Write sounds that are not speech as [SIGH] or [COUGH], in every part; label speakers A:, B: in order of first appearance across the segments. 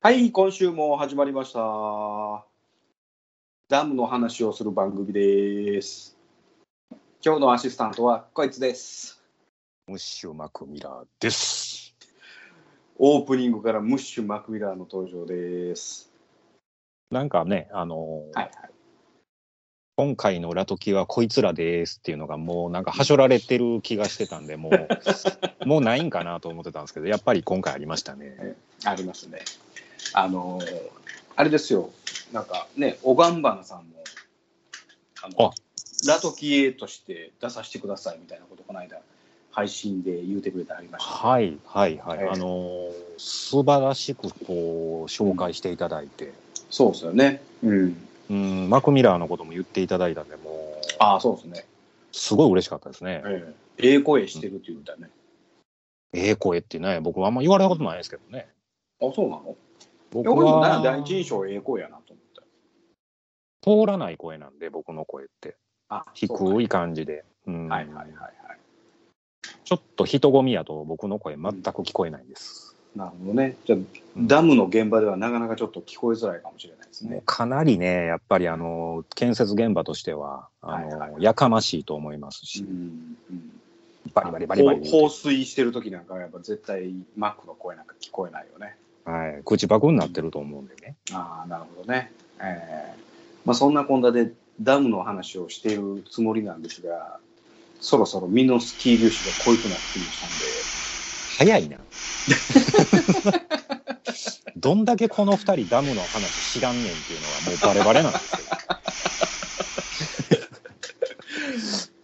A: はい、今週も始まりました。ダムの話をする番組です。今日のアシスタントはこいつです。
B: ムッシュマクミラーです。
A: オープニングからムッシュ・マクミラーの登場です。
B: なんかね、あのー
A: はい
B: 今回のラトキはこいつらですっていうのがもうなんかはしょられてる気がしてたんで、も
A: [LAUGHS]
B: うもうないんかなと思ってたんですけど、やっぱり今回ありましたね。
A: ありますね。あのーあれですよ、なんかね、おがんばんさんも、あの
B: あ
A: ラトキエとして出させてくださいみたいなこと、この間、配信で言うてくれてありました。
B: はいはいはい、
A: はい
B: あのー素晴らしくこう紹介していただいて、
A: そうですよね。うん。
B: うん、マクミラーのことも言っていただいたんで、もう
A: ああ、そうですね。
B: すごい嬉しかったですね。
A: ええええ声してるって言ったね。
B: ええ声ってね、僕はあんま言われたことないですけどね。
A: あ、そうなの
B: 僕
A: 俺もな
B: は
A: 第一印象ええ声やなと思った。
B: 通らない声なんで、僕の声って。
A: あ、そう
B: 低い感じで、うん
A: かはいはいはいはい。
B: ちょっと人混みやと僕の声全く聞こえないです、
A: なるほどね。じゃあ、
B: うん
A: ダムの現場ではなかなかちょっと聞こえづらいかもしれないです
B: もう
A: ね。
B: かなりねやっぱりあの建設現場としてはあの、
A: はいはい
B: やかましいと思いますし、
A: ん。うん
B: バリバリバリバリ、
A: 放水してる時なんかはやっぱ絶対マックの声なんか聞こえないよね。
B: はい、口パクになってると思うんでね
A: ああ、なるほどね。ええまあそんなこんなでダムの話をしているつもりなんですが、そろそろミノスキー粒子が濃くなってきましたんで、
B: 早
A: [LAUGHS]
B: いなどんだけこの2人ダムの話知らんねんっていうのはもうバレバレなんですよ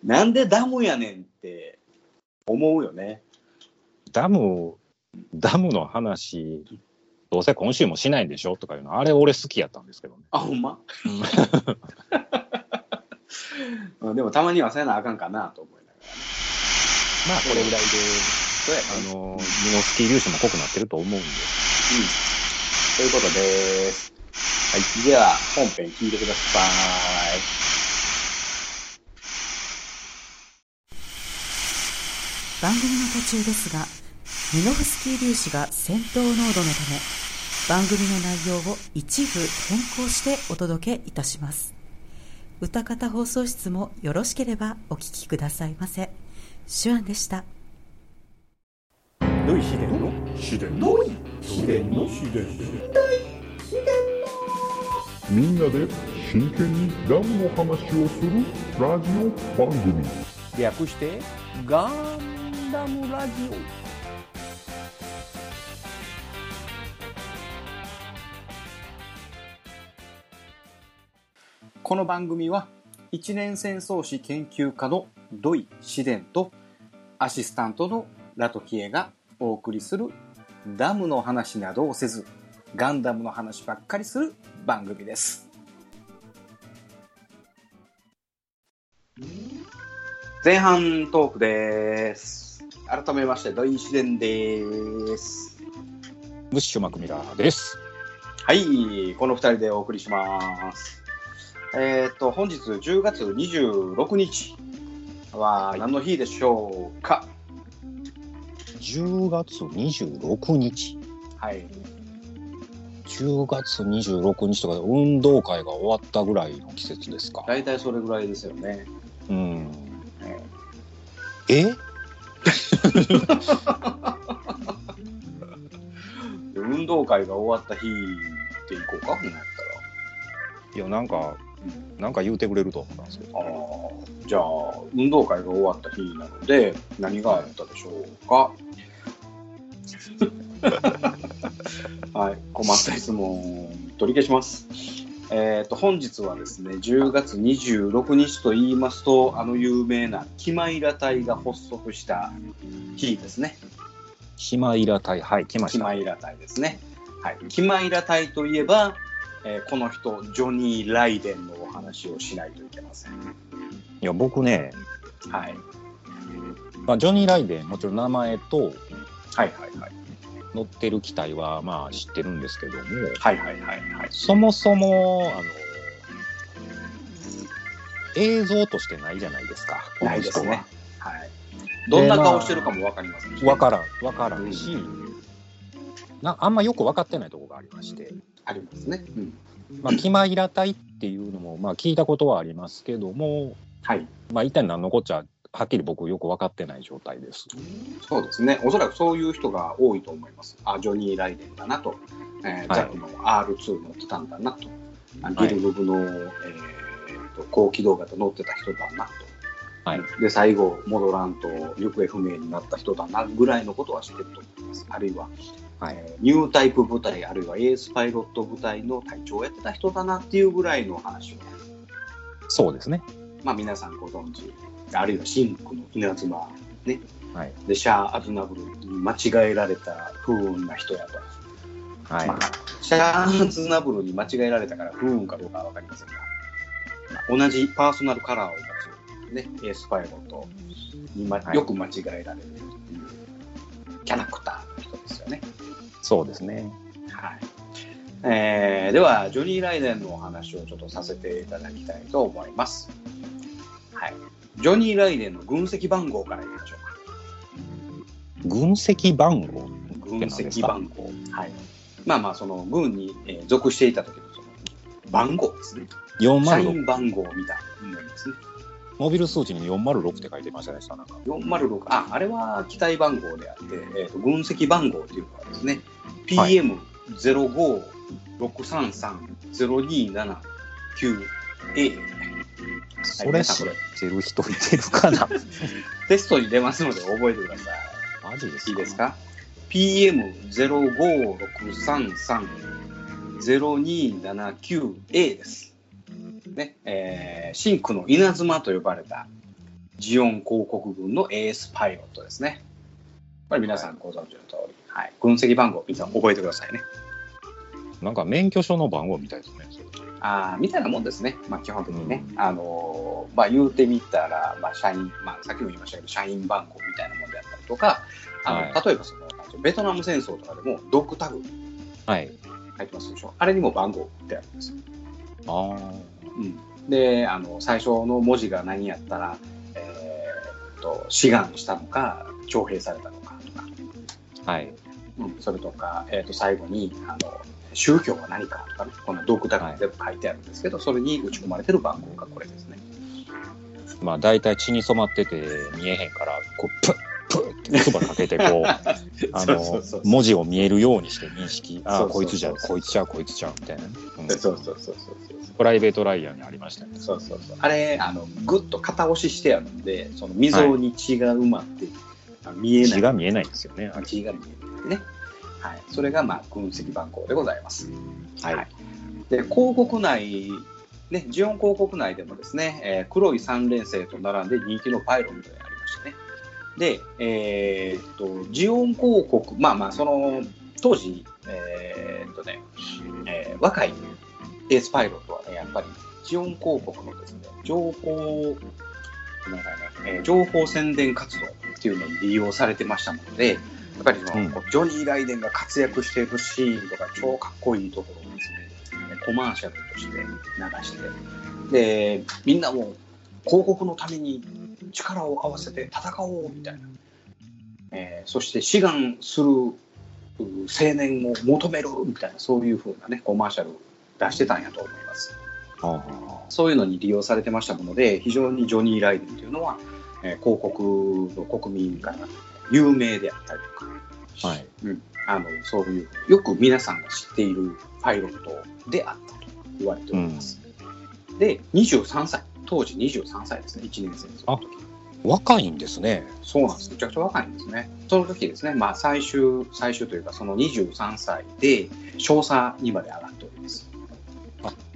A: なんでダムやねんって思うよね。
B: ダムダムの話どうせ今週もしないんでしょとかいうのあれ俺好きやったんですけどね
A: あ、ほん [LAUGHS] まうんでもたまにはせなあかんかなと思いながらね。
B: まあこれぐらいで
A: そうやね
B: あの、ミノスキー粒子も濃くなってると思うんで。
A: うんということです。はい。では、本編聞いてください。
C: 番組の途中ですがミノフスキー粒子が戦闘濃度のため番組の内容を一部変更してお届けいたします歌方放送室もよろしければお聞きくださいませ手腕でした
D: 土井秘伝の秘伝の秘伝の秘伝
E: みんなで真剣にダムの話をするラジオ番組
D: 略してガンダムラジオこの番組は一年戦争史研究家の土井紫伝とアシスタントのラトキエがお送りするダムの話などをせずガンダムの話ばっかりする番組です。
A: 前半トークです。改めまして、大自然です。
B: ムッシュマクミラーです。
A: はい、この2人でお送りします。えっ、と、本日10月26日は何の日でしょうか。
B: 10月26日。
A: はい。
B: 10月26日とかで運動会が終わったぐらいの季節ですか。
A: 大体それぐらいですよね。
B: うん。
A: で
B: え
A: 運動会が終わった日っていこうか、ほんなやったら。
B: いや、なんか、なんか言うてくれると思ったんですけど。
A: あーじゃあ運動会が終わった日なので何があったでしょうかはい困った質問取り消しますえっと本日はですね10月26日と言いますとあの有名なキマイラ隊が発足した日ですね
B: ヒマイラ隊、はい、来ま
A: キ
B: した。
A: マイラ隊ですね、はい、キマイラ隊といえば、えーこの人ジョニー・ライデンのお話をしないといけません
B: いや、僕ね、
A: はい
B: まあ、ジョニー・ライデン、もちろん名前と
A: はいはいはい
B: 乗ってる機体は、まあ、知ってるんですけども、
A: はいはいはいはい。
B: そもそも、あの、映像としてないじゃないですか。この
A: ないで
B: 人
A: す
B: は
A: ね。はい。どんな顔してるかもわかりません、
B: わからん、わからんし、なあんまよく分かってないとこががありまして、
A: ありますね。うん、
B: まあ、キマイラ隊っていうのも、まあ、聞いたことはありますけども、
A: はい。
B: まあ、一体何のこっちゃ、はっきり僕よく分かってない状態です。
A: そうですね。おそらくそういう人が多いと思います。あ、ジョニー・ライデンだなと、えー
B: はい
A: ザックの R2 乗ってたんだなと、あ
B: はい
A: ギルブブの、えーと高機動型乗ってた人だなと。
B: はい
A: で最後、戻らんと行方不明になった人だなぐらいのことは知ってると思います。あるいは、
B: はい。
A: えーニュータイプ部隊、あるいはエースパイロット部隊の隊長をやってた人だなっていうぐらいの話を、
B: そうですね。
A: まあ、皆さんご存知、あるいはシンクの稲妻
B: はい。
A: でシャア・アズナブルに間違えられた不運な人やと、
B: はい
A: ま。あ、シャア・アズナブルに間違えられたから不運かどうかは分かりませんが、まあ同じパーソナルカラーを持つ、ね、エースパイロットに、ま
B: はい
A: よく間違えられるっていうキャラクターの人ですよね。
B: そうですね。
A: はいえーでは、ジョニー・ライデンのお話をちょっとさせていただきたいと思います。はい、ジョニー・ライデンの軍籍番号からいきましょうか。
B: 軍籍番号。
A: 軍籍番号、はい、まあまあその軍にえー属していた時のその番号ですね社
B: 406。
A: 員番号みたいなものですね
B: モビル数値に406って書いてましたね、下なんか。
A: 406ああれは機体番号であって、えーと軍籍番号っていうのはですね
B: はい
A: PM056330279A
B: それ知ってる人いてるかな
A: テストに出ますので覚えてくださ
B: マジです
A: いいいですか PM056330279A です。ね、えーシンクの稲妻と呼ばれたジオン広告軍のエースパイロットですね。これ皆さんご存知の通り、はい、軍籍番号皆さん覚えてくださいね。
B: なんか免許証の番号みたいですね。
A: あーみたいなもんですね、まあ、基本的にね。あのーまあ、言うてみたら、まあ、社員、まあ、さっきも言いましたけど、社員番号みたいなもんであったりとか、あの
B: は
A: 例えばその、ベトナム戦争とかでも、ドッグタグ
B: はい。
A: 入ってますでしょ。あれにも番号ってあるんですよ。
B: ああ。
A: うん、で、あの、最初の文字が何やったら、えーっと、志願したのか、徴兵されたのかとか、
B: はい。
A: うん、それとか、えーっと、最後に、あの、宗教は何かとかね、このドッグタグが全部書いてあるんですけど、それに打ち込まれてる番号がこれですね。
B: まあ大体血に染まってて見えへんから、こう、プップッって唾かけて、こう、
A: [LAUGHS]
B: あ
A: そう
B: の
A: そうそう、
B: 文字を見えるようにして認識、あ
A: そ
B: あ、
A: うそ
B: こ
A: うそう
B: いつじゃん、こいつじゃん、こいつじゃん、みたいなね。うん
A: そうそうそうそうそう
B: プライベートライアーにありましたね。
A: そうそうそうあれあのグッと片押ししてあるんでその溝に血が埋まって、あ見えない
B: 血が見えないんですよね。あれ
A: 血が見えないってね、はい、それがまあ軍籍番号でございます、
B: はい
A: で広告内ねジオン広告内でもですね、えー黒い三連星と並んで人気のパイロットでありましたねでえーっとジオン広告まあまあその当時えーっとね、えー若いエースパイロットはねやっぱりジオン広告のですね情報ごめんなさいね、えー情報宣伝活動っていうのに利用されてましたので、やっぱりその、
B: うん
A: こうジョニー・ライデンが活躍しているシーンとか、超かっこいいところをですね、コマーシャルとして流して、で、みんなも広告のために力を合わせて戦おうみたいな、えーそして志願するう青年を求めるみたいな、そういうふうなね、コマーシャルを出してたんやと思います。
B: あ
A: そういうのに利用されてましたもので、非常にジョニー・ライデンというのは、えー広告の国民から有名であったりとか、
B: あはい。
A: うん、あのそういう、よく皆さんが知っているパイロットであったと言われております。で、23歳、当時23歳ですね、1年生です。
B: あ若いんですね。
A: そうなんです。めちゃくちゃ若いんですね。その時ですね、まあ最終、最終というか、その23歳で、少佐にまで上がっております。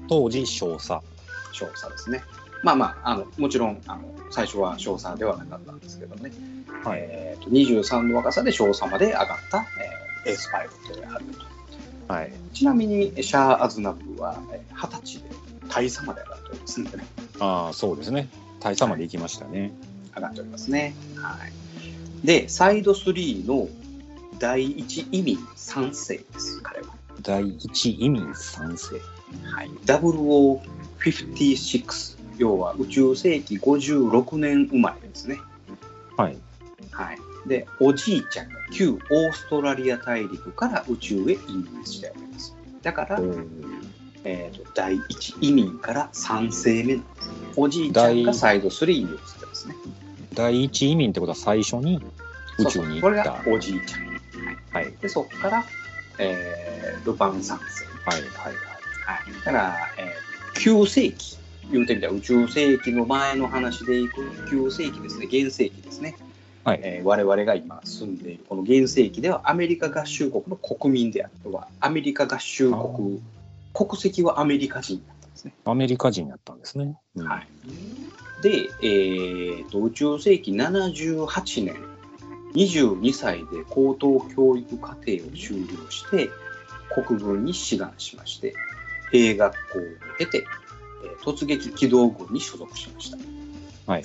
B: 当時少佐。
A: 少佐ですね。まあまあ、あのもちろんあの最初は少佐ではなかったんですけどね、
B: はい
A: えーと23の若さで少佐まで上がった、えーエースパイロットであると。
B: はい。
A: ちなみに、シャア・アズナブルはえー二十歳で大佐まで上がっておりますんでね、
B: ああ、そうですね。大佐まで行きましたね。
A: 上がっておりますね。はい、で、サイド3の第一移民3世です、彼は。
B: 第一移民三世。
A: はい、0056、要は宇宙世紀56年生まれですね。
B: はい。
A: はい、でおじいちゃんが旧オーストラリア大陸から宇宙へ移民しておりますだから、えー、と第1移民から3世目のおじいちゃんがサイド3に移ってますね
B: 第一移民ってことは最初に宇宙に行った。
A: そうそうこれがおじいちゃん
B: はいはい
A: でそこから、えールパン三世
B: はい
A: はい、だから、えー旧世紀言うてみたら宇宙世紀の前の話でいく旧世紀ですね現世紀ですね、
B: はい
A: えー我々が今住んでいるこの現世紀ではアメリカ合衆国の国民であったはアメリカ合衆国国籍はアメリカ人だったんですね、
B: アメリカ人やったんですね。うん
A: はい、で、えーと宇宙世紀78年22歳で高等教育課程を修了して国軍に志願しまして兵学校を経て、えー突撃機動軍に所属しました
B: はい。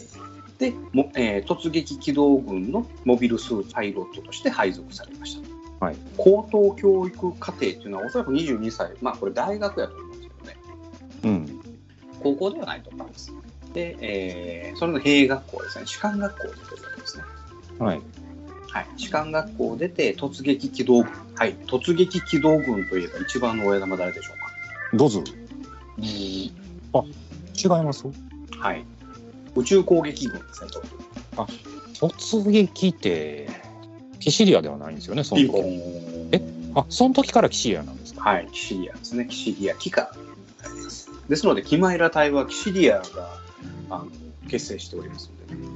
A: でも、えー突撃機動軍のモビルスーツパイロットとして配属されました、
B: はい
A: 高等教育課程っていうのはおそらく22歳まあこれ大学やと思うんですけどね
B: うん。
A: 高校ではないと思います。で、えーそれの兵学校ですね、士官学校ということですね。
B: はい。
A: はい、士官学校を出て、突撃機動軍。はい、突撃機動軍といえば一番の親玉誰でしょうか。
B: ドズ
A: 違い
B: 違います
A: はい。宇宙攻撃軍ですね、と。
B: 突撃って、キシリアではないんですよね、その
A: ピンポ
B: 時。
A: ン。
B: えあ、その時からキシリアなんですか。
A: はい、キシリアですね。キシリア機関になります。ですので、キマイラ隊はキシリアがあの結成しておりますのでね。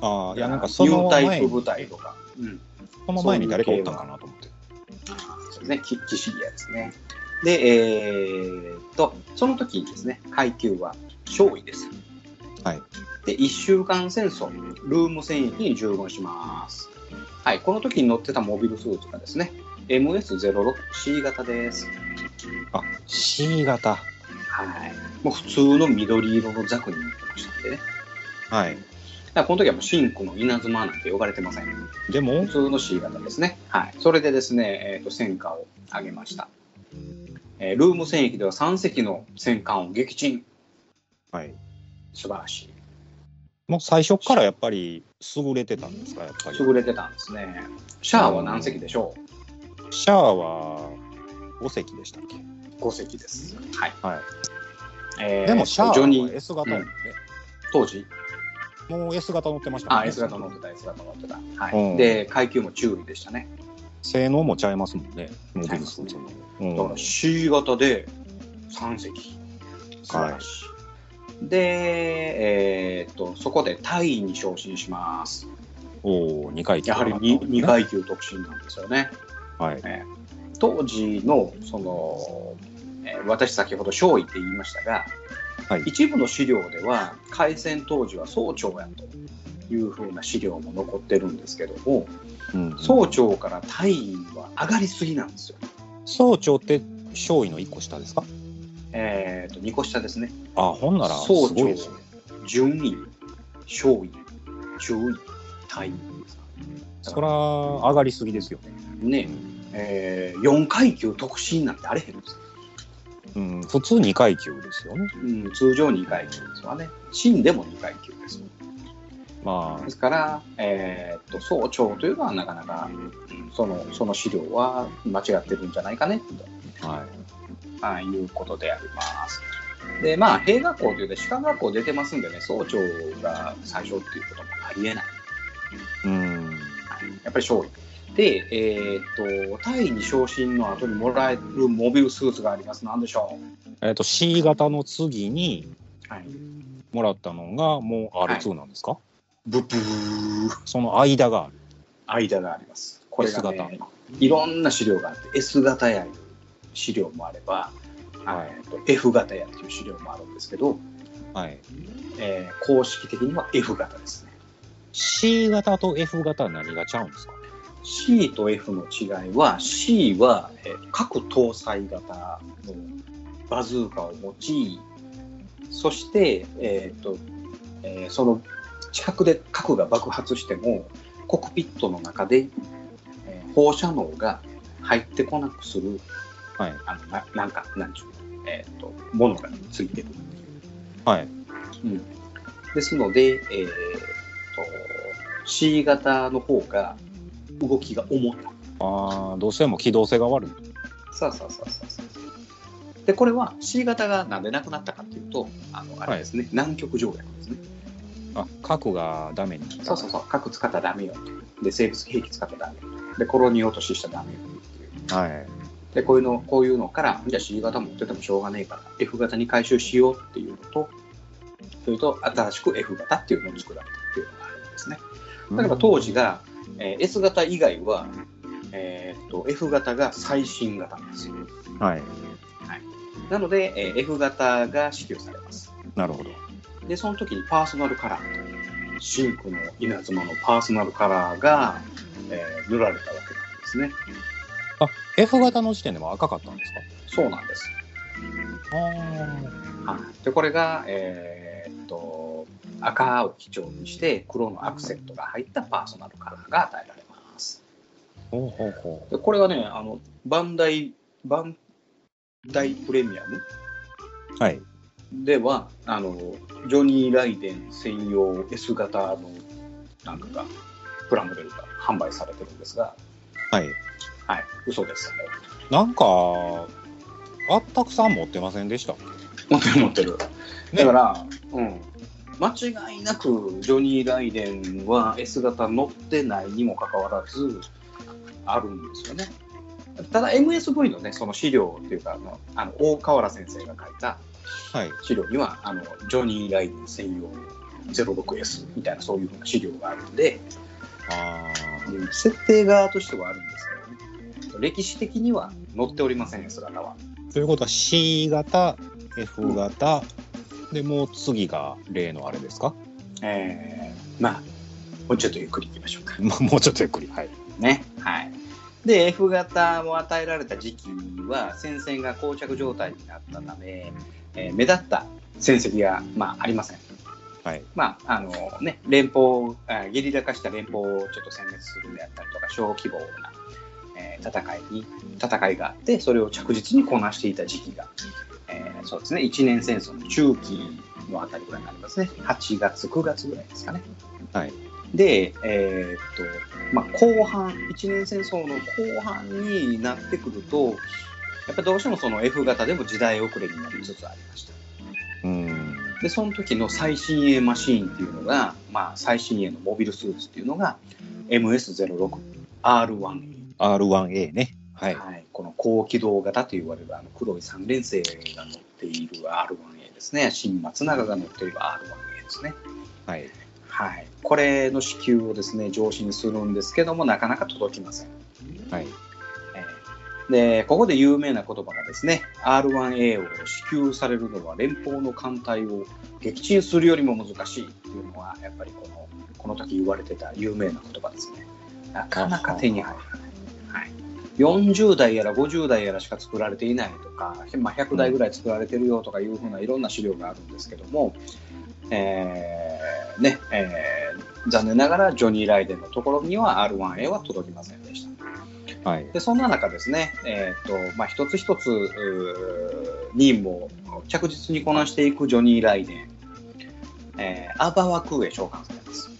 B: ああ、いや、なんかその
A: 入隊
B: 前
A: 部
B: に、
A: 部隊とか。うん。
B: その前に誰かおったんかなと思って。
A: そうね、キキシリアですね。で、えーっと、その時にですね、配給は勝利です。
B: はい。
A: で、1週間戦争、ルーム戦役に従軍します。はい、この時に乗ってたモビルスーツがですね、MS06C 型です。
B: あ、C 型。
A: はい。もう普通の緑色のザクに乗ってましたんでね。
B: はい。
A: だからこの時はもうシンクの稲妻なんて呼ばれてません。
B: でも
A: 普、通の C 型ですね。はい。それでですね、えー、と戦果を上げました。えールーム戦役では3隻の戦艦を撃沈。
B: はい。
A: 素晴らしい。
B: もう最初からやっぱり優れてたんですか、やっぱり。
A: 優れてたんですね。シャアは何隻でしょ
B: シャアは5隻でしたっけ。
A: う ?5 隻です。はい。
B: はい。
A: えー
B: でもシャア
A: ジョ
B: は
A: ニー、
B: S 型やもんね。
A: 当時、
B: もう S 型乗ってましたもん
A: あ、S 型乗ってた、S 型乗ってた。はい。
B: うん
A: で、階級も注意でしたね。
B: 性能もちゃいますもんね。モビ
A: だ
B: ルスーツの。うん
A: から C 型で3隻。素晴らしい。で、えーっと、そこで隊員に昇進します。
B: おお、2回
A: やはり 2,
B: 二
A: 階級特進なんですよね。
B: はい。
A: 当時のその、えー私先ほど少尉って言いましたが、
B: はい
A: 一部の資料では開戦当時は総長やというふうな資料も残ってるんですけども
B: うん
A: 総長から隊員は上がりすぎなんですよ。
B: 総長って少尉の1個下ですか
A: えー、と2個下ですね。
B: あ、ほんならす
A: 総
B: ご
A: 長
B: いですね。、
A: 準尉、少尉、中尉、隊員ですか。
B: そら、上がりすぎですよね。
A: ねえー、4階級特進なんてあれへんですよ
B: うん、普通2階級ですよね。
A: うん、通常2階級ですわね。死んでも2階級です。
B: ま
A: ですから、えーっと総長というのはなかなか、うんそのその資料は間違ってるんじゃないかね
B: あ、はい。
A: とはいいうことであります。で、まあ、兵学校というで、士官学校出てますんでね、総長が最初っていうこともありえない。
B: うん。
A: やっぱり勝利。で、えーっと、隊員に昇進の後にもらえるモビルスーツがあります。なんでしょ
B: えっ、と、C 型の次に
A: うはい。
B: もらったのが、もう R2 なんですか、
A: ブブー。
B: その間がある。
A: 間があります。これが、ね、
B: S
A: いろんな資料があって、S 型やいう資料もあれば、
B: はい
A: えーと F 型やっていう資料もあるんですけど、
B: はい。
A: えー公式的には F 型ですね。
B: C 型と F 型は何がちゃうんですか
A: C と F の違いは、C は、えー各搭載型のバズーカを用い、そして、えーとえーその近くで核が爆発しても、コックピットの中で、えー放射能が入ってこなくする
B: はい。
A: あのななんか、なんちゅうの、えっ、と、ものがついてる。
B: はい。
A: うん、ですので、えー、と C 型の方が動きが重たい
B: ああ、どうしても機動性が悪い。
A: そうそうそうそうそうでこれは C 型がなんでなくなったかっていうとあのあれですね、南極条約ですね
B: あ、核がダメになった。
A: そうそうそう核使ったらダメよで生物兵器使ったらダメよでコロニー落とししたらダメよっていう
B: はい。
A: でこういうのこういうのからじゃあ C 型持っててもしょうがねえから F 型に回収しようっていうのとそれと新しく F 型っていうのを作られたっていうのがあるんですねだから当時が、えー S 型以外は、えーっと F 型が最新型なんですよ
B: はい。
A: なので、えー F 型が支給されます
B: なるほど。
A: でその時にパーソナルカラーというシンクの稲妻のパーソナルカラーが、えー塗られたわけなんですね
B: F 型の時点でも赤かったんです
A: そうなんです
B: かあ
A: はい、でこれが、えーっと赤を基調にして黒のアクセントが入ったパーソナルカラーが与えられます
B: あ。ほうほうほ
A: でこれはねあのバンダイバンダイプレミアム
B: う。はい。
A: ではあのジョニー・ライデン専用 S 型のなんかがプラモデルが販売されてるんですが
B: はい。
A: はい嘘です
B: なんか、あったくさん持ってませんでした。
A: 持ってる持ってるだ
B: ね
A: から、うん、間違いなくジョニー・ライデンは S 型乗ってないにもかかわらずあるんですよね。ただ MSV のねその資料っていうかあのあの大河原先生が書いた
B: はい。
A: 資料にはあのジョニー・ライデン専用 06S みたいなそういうふうな資料があるんで、
B: あ
A: うん設定側としてはあるんですけどね歴史的には乗っておりません S 型は。
B: あ。ということは C 型、F 型、で、もう次が例のあれですか [LAUGHS]
A: えー、まあもうちょっとゆっくりいきましょうか。
B: まあ、もうちょっとゆっくり。はい。
A: ね。はい。で、F 型も与えられた時期は、戦線が膠着状態になったため、えー目立った戦績が、まあ、ありません。
B: はい。
A: まあ、あのね、連邦、あゲリラ化した連邦をちょっと殲滅するであったりとか、小規模な、えー戦いに、戦いがあって、それを着実にこなしていた時期が、えーそうですね、一年戦争の中期のあたりぐらいになりますね。8月、9月ぐらいですかね。
B: はい。
A: で、えーっとまあ、後半一年戦争の後半になってくるとやっぱどうしてもその F 型でも時代遅れになりつつありました
B: うん。
A: でその時の最新鋭マシーンっていうのが、まあ、最新鋭のモビルスーツっていうのが MS06R1A、
B: R1A ね。はい。
A: はい、この高機動型と言われるあの黒い三連星が乗っている R1A ですね新松永が乗っている R1A ですね
B: はい。
A: はい、これの支給をですね上司にするんですけどもなかなか届きません、
B: は
A: えー
B: い。
A: でここで有名な言葉がですね R1A を支給されるのは連邦の艦隊を撃沈するよりも難しいっていうのはやっぱりこのこの時言われてた有名な言葉ですねなかなか手に入らない、はい、40代やら50代やらしか作られていないとか、まあ、100代ぐらい作られてるよとかいうふうないろんな資料があるんですけども、えーねえー残念ながらジョニー・ライデンのところには R1A は届きませんでした。
B: はい。
A: でそんな中ですね、えーっとまあ、一つ一つうー任務を着実にこなしていくジョニー・ライデン、えーアバワクーへ召喚されます。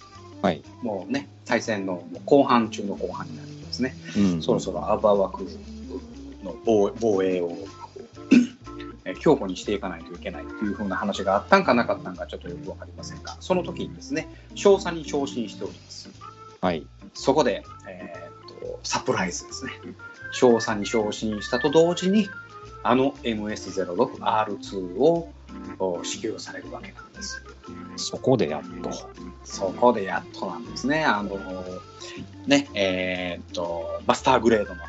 B: はい。
A: もうね、対戦のもう後半中の後半になってきますね。
B: うん
A: そろそろアバワクーの防防衛をえー強固にしていかないといけないというふうな話があったんかなかったんかちょっとよくわかりませんが、その時にですね、少佐に昇進しております。
B: はい。
A: そこで、えーっとサプライズですね。少佐に昇進したと同時に、あの MS06R2 をお支給されるわけなんです。
B: そこでやっと。
A: そこでやっとなんですね。あの、ね、えーっと、マスターグレードのあ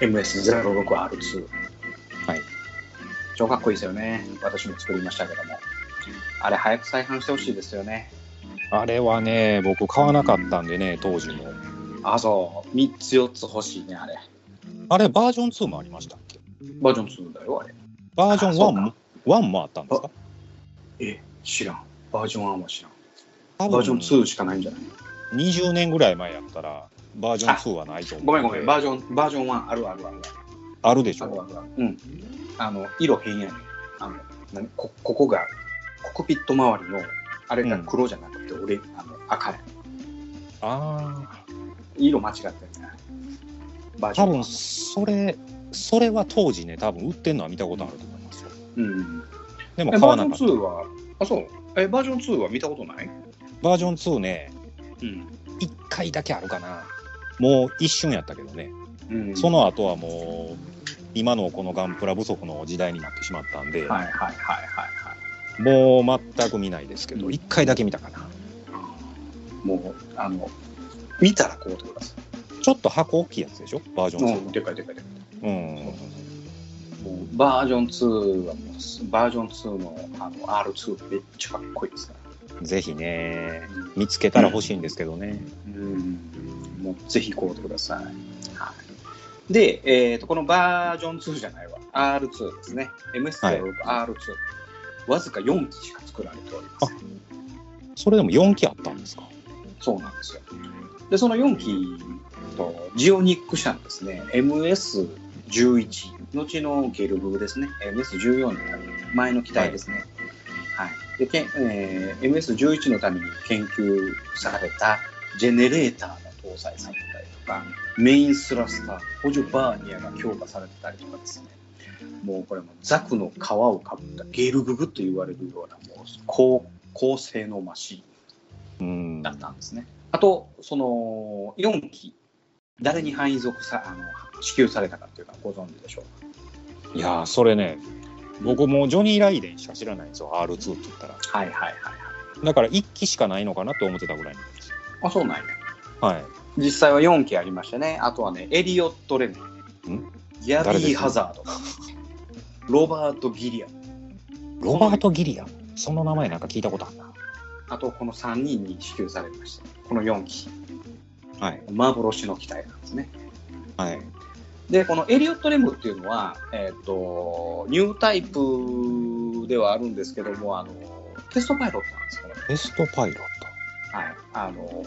A: の MS06R2。
B: はい。
A: 超かっこいいですよね。私も作りましたけども。あれ、早く再販してほしいですよね。
B: あれはね、僕買わなかったんでね、当時も。
A: あ、そう。3つ4つ欲しいね、あれ。
B: あれ、バージョン2もありましたっけ
A: バージョン2だよ、あれ。
B: バージョン1
A: あ
B: も、1もあったんですか
A: え、知らん。バージョン1は知らん。
B: バ
A: バージョン2しかないんじゃない
B: 20年ぐらい前やったら、バージョン2はないと思う。
A: ごめんごめん、バージョン、バージョン1あるあるある
B: あるでし
A: あるある
B: ょ。
A: あるある。うん。あの、色変やねん。あの、何こ、ここが、ココピット周りの、あれが黒じゃなくて、俺、あの、赤やねん。
B: あ
A: 色間違ってるね。バージ
B: 多
A: ョン
B: 分それそれは当時ね多分売ってんのは見たことあると思いますよ
A: うん。
B: でも
A: えバ
B: 買
A: ー
B: わ
A: ジ
B: な
A: ョン
B: かった
A: 2は、あ、そう。え、バージョン2は見たことない
B: バージョン2ね
A: うん。
B: 1回だけあるかなもう一瞬やったけどね
A: うん、
B: その後はもう今のこのガンプラ不足の時代になってしまったん
A: は
B: で、
A: いはいはいはい
B: もう全く見ないですけど、
A: うん
B: 1回だけ見たかな
A: はい。もう、あの、見たらこうってことです。
B: ちょっと箱大きいやつでしょバージョン
A: うん、
B: 2
A: でかいでかいでか
B: うん、
A: い。もうバージョン2はもう、バージョン2のあの R2 めっちゃかっこいいですか
B: ぜひね
A: ら。う
B: 見つけたら欲しいんですけどね、
A: ん。もうぜひ買うてください。はい。で、えっ、と、このバージョン2じゃないわ。R2 ですね。MS06R2、わずか4機しか作られておりません。
B: それでも4機あったんですか
A: そうなんですよ。で、その4機と、ジオニック社のですね、MS11、後のゲルグですね、MS14 のために、前の機体ですね。はい。で、けんえー MS11 のために研究されたジェネレーターが搭載されてたりとか、メインスラスター、補助バーニアが強化されてたりとかですね。もうこれもザクの皮をかぶったゲルググと言われるようなもう高高性能マシン
B: うん
A: だったんですね。あと、その4機、誰に配属さあの支給されたかっていうのはご存知でしょう
B: いやーそれね僕もうジョニー・ライデンしか知らないんですよ R2 って言ったら
A: か。はいはいはいはい。
B: だから1機しかないのかなって思ってたぐらいなんですよ
A: あ、そうなんや。
B: はい
A: 実際は4機ありましてね、あとはね、エリオット・レノン
B: ん、
A: ギャ
B: 誰
A: ビ
B: で
A: ー・
B: す
A: ハザード、ロバート・ギリアン、
B: ロバート・ギリアンその名前なんか聞いたことあるな
A: あとこの3人に支給されました。この4機、
B: はい
A: 幻の機体なんですね。
B: はい
A: で、このエリオット・レムっていうのは、えっ、と、ニュータイプではあるんですけども、あの、テストパイロットなんですこの
B: ベストパイロット
A: はい、あの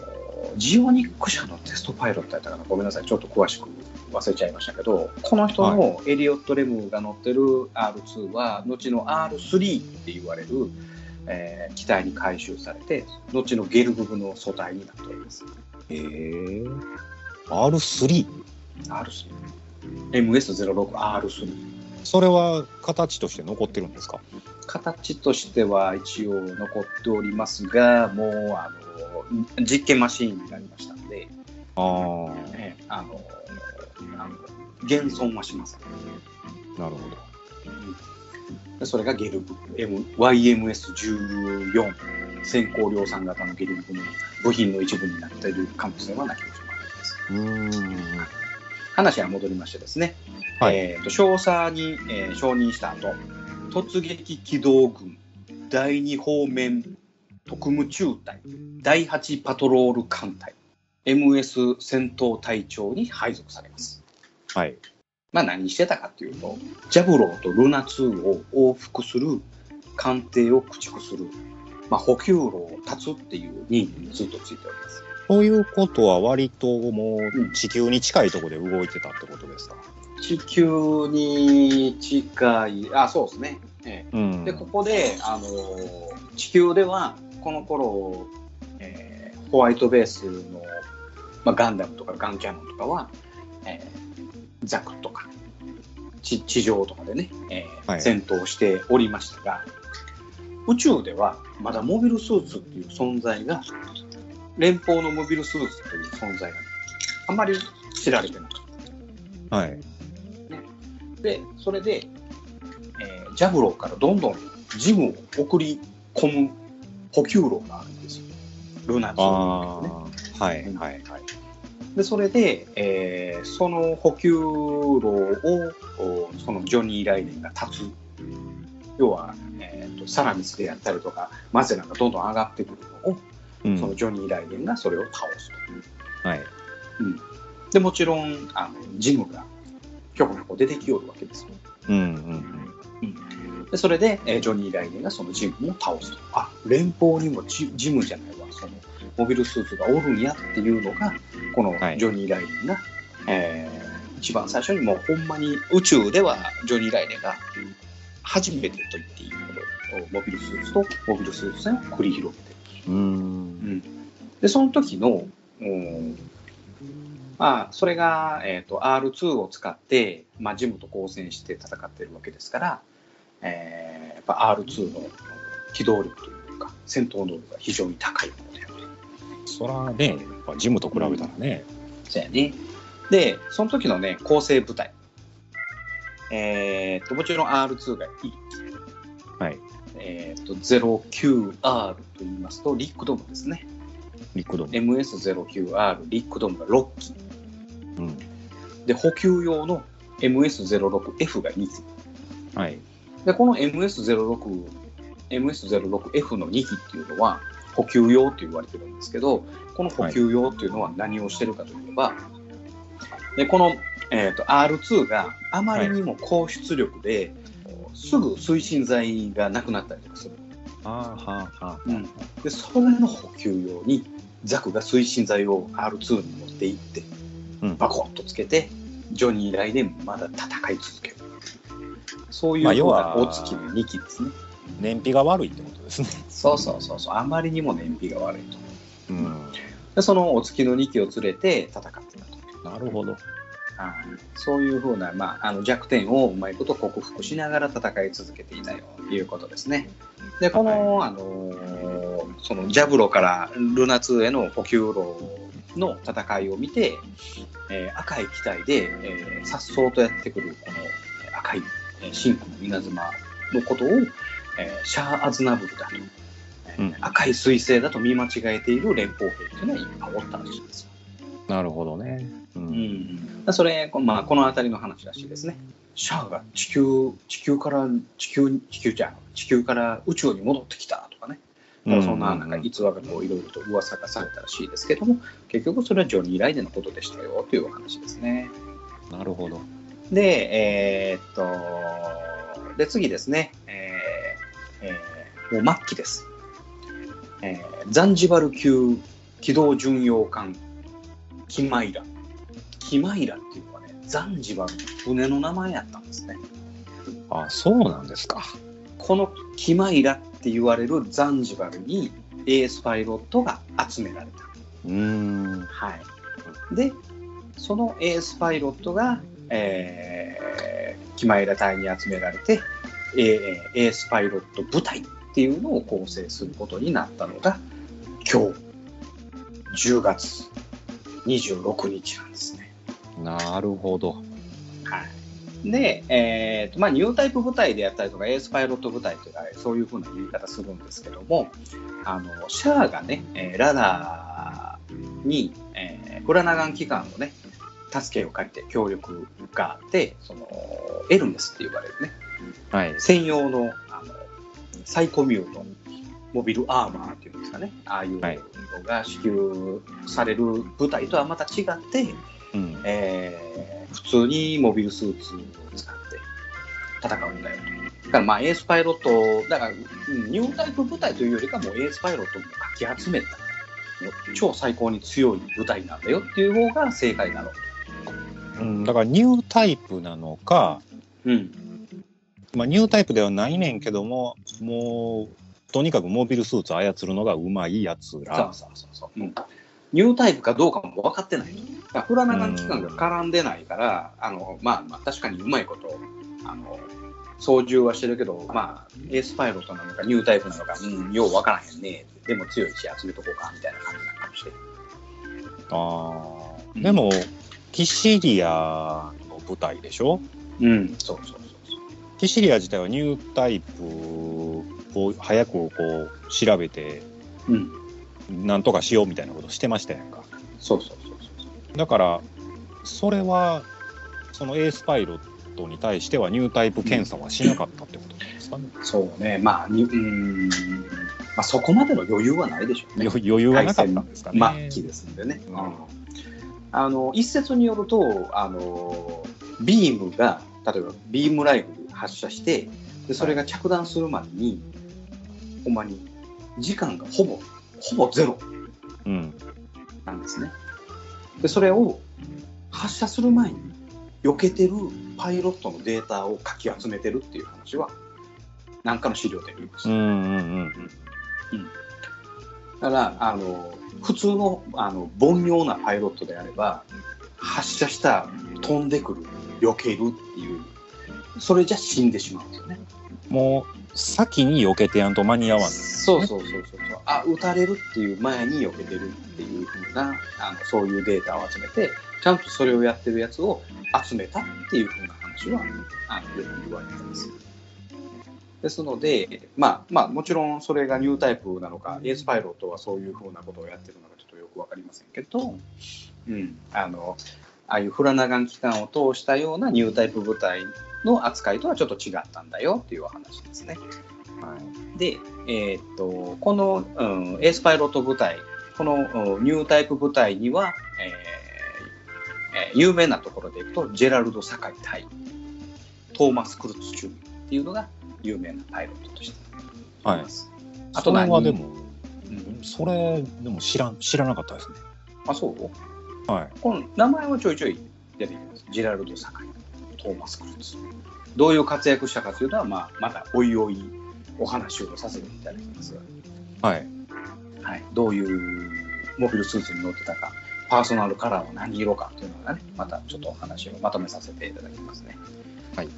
A: ジオニック社のテストパイロットやったかな、ごめんなさい、ちょっと詳しく忘れちゃいましたけど、この人のエリオット・レムが乗ってる R2 は、後の R3 って言われる、えー機体に回収されて、後のゲルググの素体になっております。
B: えー、R3
A: R3 MS06R3
B: それは形として残ってるんですか
A: 形としては一応残っておりますがもうあの実験マシーンになりましたんで、
B: ああ
A: ええあのあの現存はしません
B: なるほど
A: でそれがゲルブ、M、YMS14 先行量産型のゲルブの部品の一部になっている可能性はなきにしもあらずです
B: うーん
A: 話は戻りましてですね、
B: はい
A: えーと少佐に、えー承認した後突撃機動軍第2方面特務中隊第8パトロール艦隊 MS 戦闘隊長に配属されます。
B: はい
A: まあ何してたかっていうと、ジャブローとルナ2を往復する、艦艇を駆逐する、まあ補給路を断つっていう任務にずっとついております。
B: ということは割ともう地球に近いところで動いてたってことですか
A: 地球に近い、あ、そうですね。え
B: うん
A: えで、ここで、あの、地球では、この頃、えーホワイトベースの、まあ、ガンダムとかガンキャノンとかは、えーザクとか、地地上とかでね、えー
B: はい
A: 戦闘しておりましたが、宇宙ではまだモビルスーツっていう存在が、連邦のモビルスーツという存在が、あまり知られてなかった。
B: はい
A: でそれで、えージャブローからどんどんジムを送り込む補給路があるんですよルナ2
B: あ
A: の
B: あ
A: ね。
B: ーはいはい
A: でそれで、えーその補給路をおそのジョニー・ライデンが立つ要は、えーとサラミスでやったりとかマゼランがどんどん上がってくるのを、
B: うん
A: そのジョニー・ライデンがそれを倒すと。
B: はい
A: でもちろんあのジムがひょこひょこ出てきよるわけですよ。
B: うんうんうん
A: でそれで、えージョニー・ライデンがそのジムを倒すと。あ連邦にもジジムじゃないわ、そのモビルスーツがおるんやっていうのが、この
B: はい
A: ジョニー・ライデンが、えー一番最初にもうほんまに宇宙ではジョニー・ライデンが初めてと言っていいほどモビルスーツとモビルスーツ戦を繰り広げてる
B: うーん
A: でその時のうんまあ、それが、えー、と R2 を使って、まあ、ジムと交戦して戦ってるわけですから、えーやっぱ R2 の機動力というか戦闘能力が非常に高いものである
B: そらね、やっぱジムと比べたらね。
A: そうやね。で、その時のね、構成部隊。えーっと、もちろん R2 が1機。
B: はい。
A: えーっと、09R と言いますと、リックドームですね。
B: リクドム。
A: MS09R、リックドームが6機。
B: うん。
A: で、補給用の MS06F が2機。
B: はい。
A: で、この MS06、MS06F の2機っていうのは、補給用と言われてるんですけど、この補給用っていうのは何をしてるかといえば、でこの、えー、と R2 があまりにも高出力で、すぐ推進剤がなくなったりとかする。
B: あーはあはあ。
A: で、それの補給用に、ザクが推進剤を R2 に持っていって、
B: うん
A: バコッとつけて、ジョニー以来でまだ戦い続ける。そういう
B: まあ要
A: の
B: は
A: が大月の2機ですね。
B: 燃費が悪いってことですね。
A: そうそうそうそう、あまりにも燃費が悪いと。
B: うん。
A: で、そのお月の2機を連れて戦ってたと。
B: なるほど。
A: そういうふうな、まあ、あの弱点をうまいこと克服しながら戦い続けていたよということですね。で、この、あのーそのジャブロからルナ2への補給路の戦いを見て、えー赤い機体で、えー、颯爽とやってくるこのえー赤いえー真紅の稲妻のことを、えーシャア・アズナブルだと、えー
B: うん
A: 赤い彗星だと見間違えている連邦兵というのは今おったらしいですよ。
B: なるほどね。う。
A: うんん、それ、こまあ、この辺りの話らしいですね。シャアが地球地球から地球に地球じゃん地球から宇宙に戻ってきたとかね、
B: う
A: そんななんか逸話がこういろいろと噂がされたらしいですけども、結局それはジョニー・ライデのことでしたよというお話ですね。
B: なるほど。
A: で、えーっと、で、次ですね、えーえーもう末期です。えーザンジバル級機動巡洋艦キマイラ。キマイラっていうのはね、ザンジバルの船の名前やったんですね。
B: あ、そうなんですか。
A: このキマイラって言われるザンジバルにエースパイロットが集められた。
B: うーん。
A: はい、でそのエースパイロットが、えー、キマイラ隊に集められて、えーエースパイロット部隊っていうのを構成することになったのが今日10月26日なんですね。
B: なるほど。
A: はい、で、えーとまあ、ニュータイプ部隊であったりとかエースパイロット部隊とかそういうふうな言い方するんですけどもあのシャアがねえーラダーに、えーフラナガン機関のね助けを借りて協力があってそのエルメスって呼ばれるね
B: はい。
A: 専用のあのサイコミュートモビルアーマーっていうんですかねああいう
B: はい
A: のが支給される部隊とはまた違って、
B: うん。
A: えー普通にモビルスーツを使って戦うんだよと。だからまあエースパイロット、だからうんニュータイプ部隊というよりかもエースパイロットをかき集めた、超最高に強い部隊なんだよっていう方が正解だろう
B: うん、だからニュータイプなのか、
A: と。うん。
B: まあ、ニュータイプではないねんけども、もう、とにかくモビルスーツ操るのがうまいやつ
A: そう
B: ら。
A: そうそうそう。うんニュータイプかどうかも分かってないと。だからフラナガン機関が絡んでないから、あの、まあまあ確かにうまいこと、あの、操縦はしてるけど、まあ、エースパイロットなのか、ニュータイプなのか、うん、よう分からへんね。でも強いし、集めとこうか、みたいな感じなのかもしれない。
B: あ
A: う
B: あ。
A: ん
B: でも、キシリアの舞台でしょ
A: うん、そうそうそうそう。
B: キシリア自体はニュータイプを早くこう調べて、
A: うん、
B: なんとかしようみたいなことしてましたやんか。
A: そうそうそうそう。
B: だから、それは、そのエースパイロットに対してはニュータイプ検査はしなかったってことなんですかね。
A: そうね、まあ、にうん、まあ、そこまでの余裕はないでしょうね。
B: 余裕がなかったんですかね。
A: 末期ですんでね。
B: うん
A: あの一説によるとあのビームが例えばビームライフル発射してでそれが着弾するまでに、ほんまに時間がほぼほぼゼロ
B: うん。
A: なんですね。でそれを発射する前に避けてるパイロットのデータをかき集めてるっていう話は何かの資料で見ました。
B: うんうん
A: だからあの普通のあの凡庸なパイロットであれば発射した飛んでくる避けるっていうそれじゃ死んでしまうんですよね
B: もう先に避けてやんと間に合わない
A: そうそうそうそうそうあ撃たれるっていう前に避けてるっていうふうなあのそういうデータを集めてちゃんとそれをやってるやつを集めたっていうふうな話はあのよく言われてますですのでまあまあもちろんそれがニュータイプなのかエースパイロットはそういうふうなことをやってるのかちょっとよくわかりませんけど、うん、あのああいうフラナガン機関を通したようなニュータイプ部隊の扱いとはちょっと違ったんだよっていうお話ですね。はい、で、えーっとこの、うん、エースパイロット部隊この、うんニュータイプ部隊には、えーえー有名なところでいくとジェラルド・サカイ隊トーマス・クルツチューっていうのが有名なパイロットとしてい
B: はい
A: ます。あ
B: あ
A: と
B: と
A: 何
B: はでも
A: うん
B: それでも知らん知らなかったですね
A: あそう
B: はい
A: この名前はちょいちょい出てきます。ジェラルド・サカイトーマス・クルツどういう活躍したかというのは、まあ、またおいおいお話をさせていただきますが
B: はい
A: はい、どういうモビルスーツに乗ってたか、パーソナルカラーは何色かというのがね、またちょっとお話をまとめさせていただきますね。
B: はい、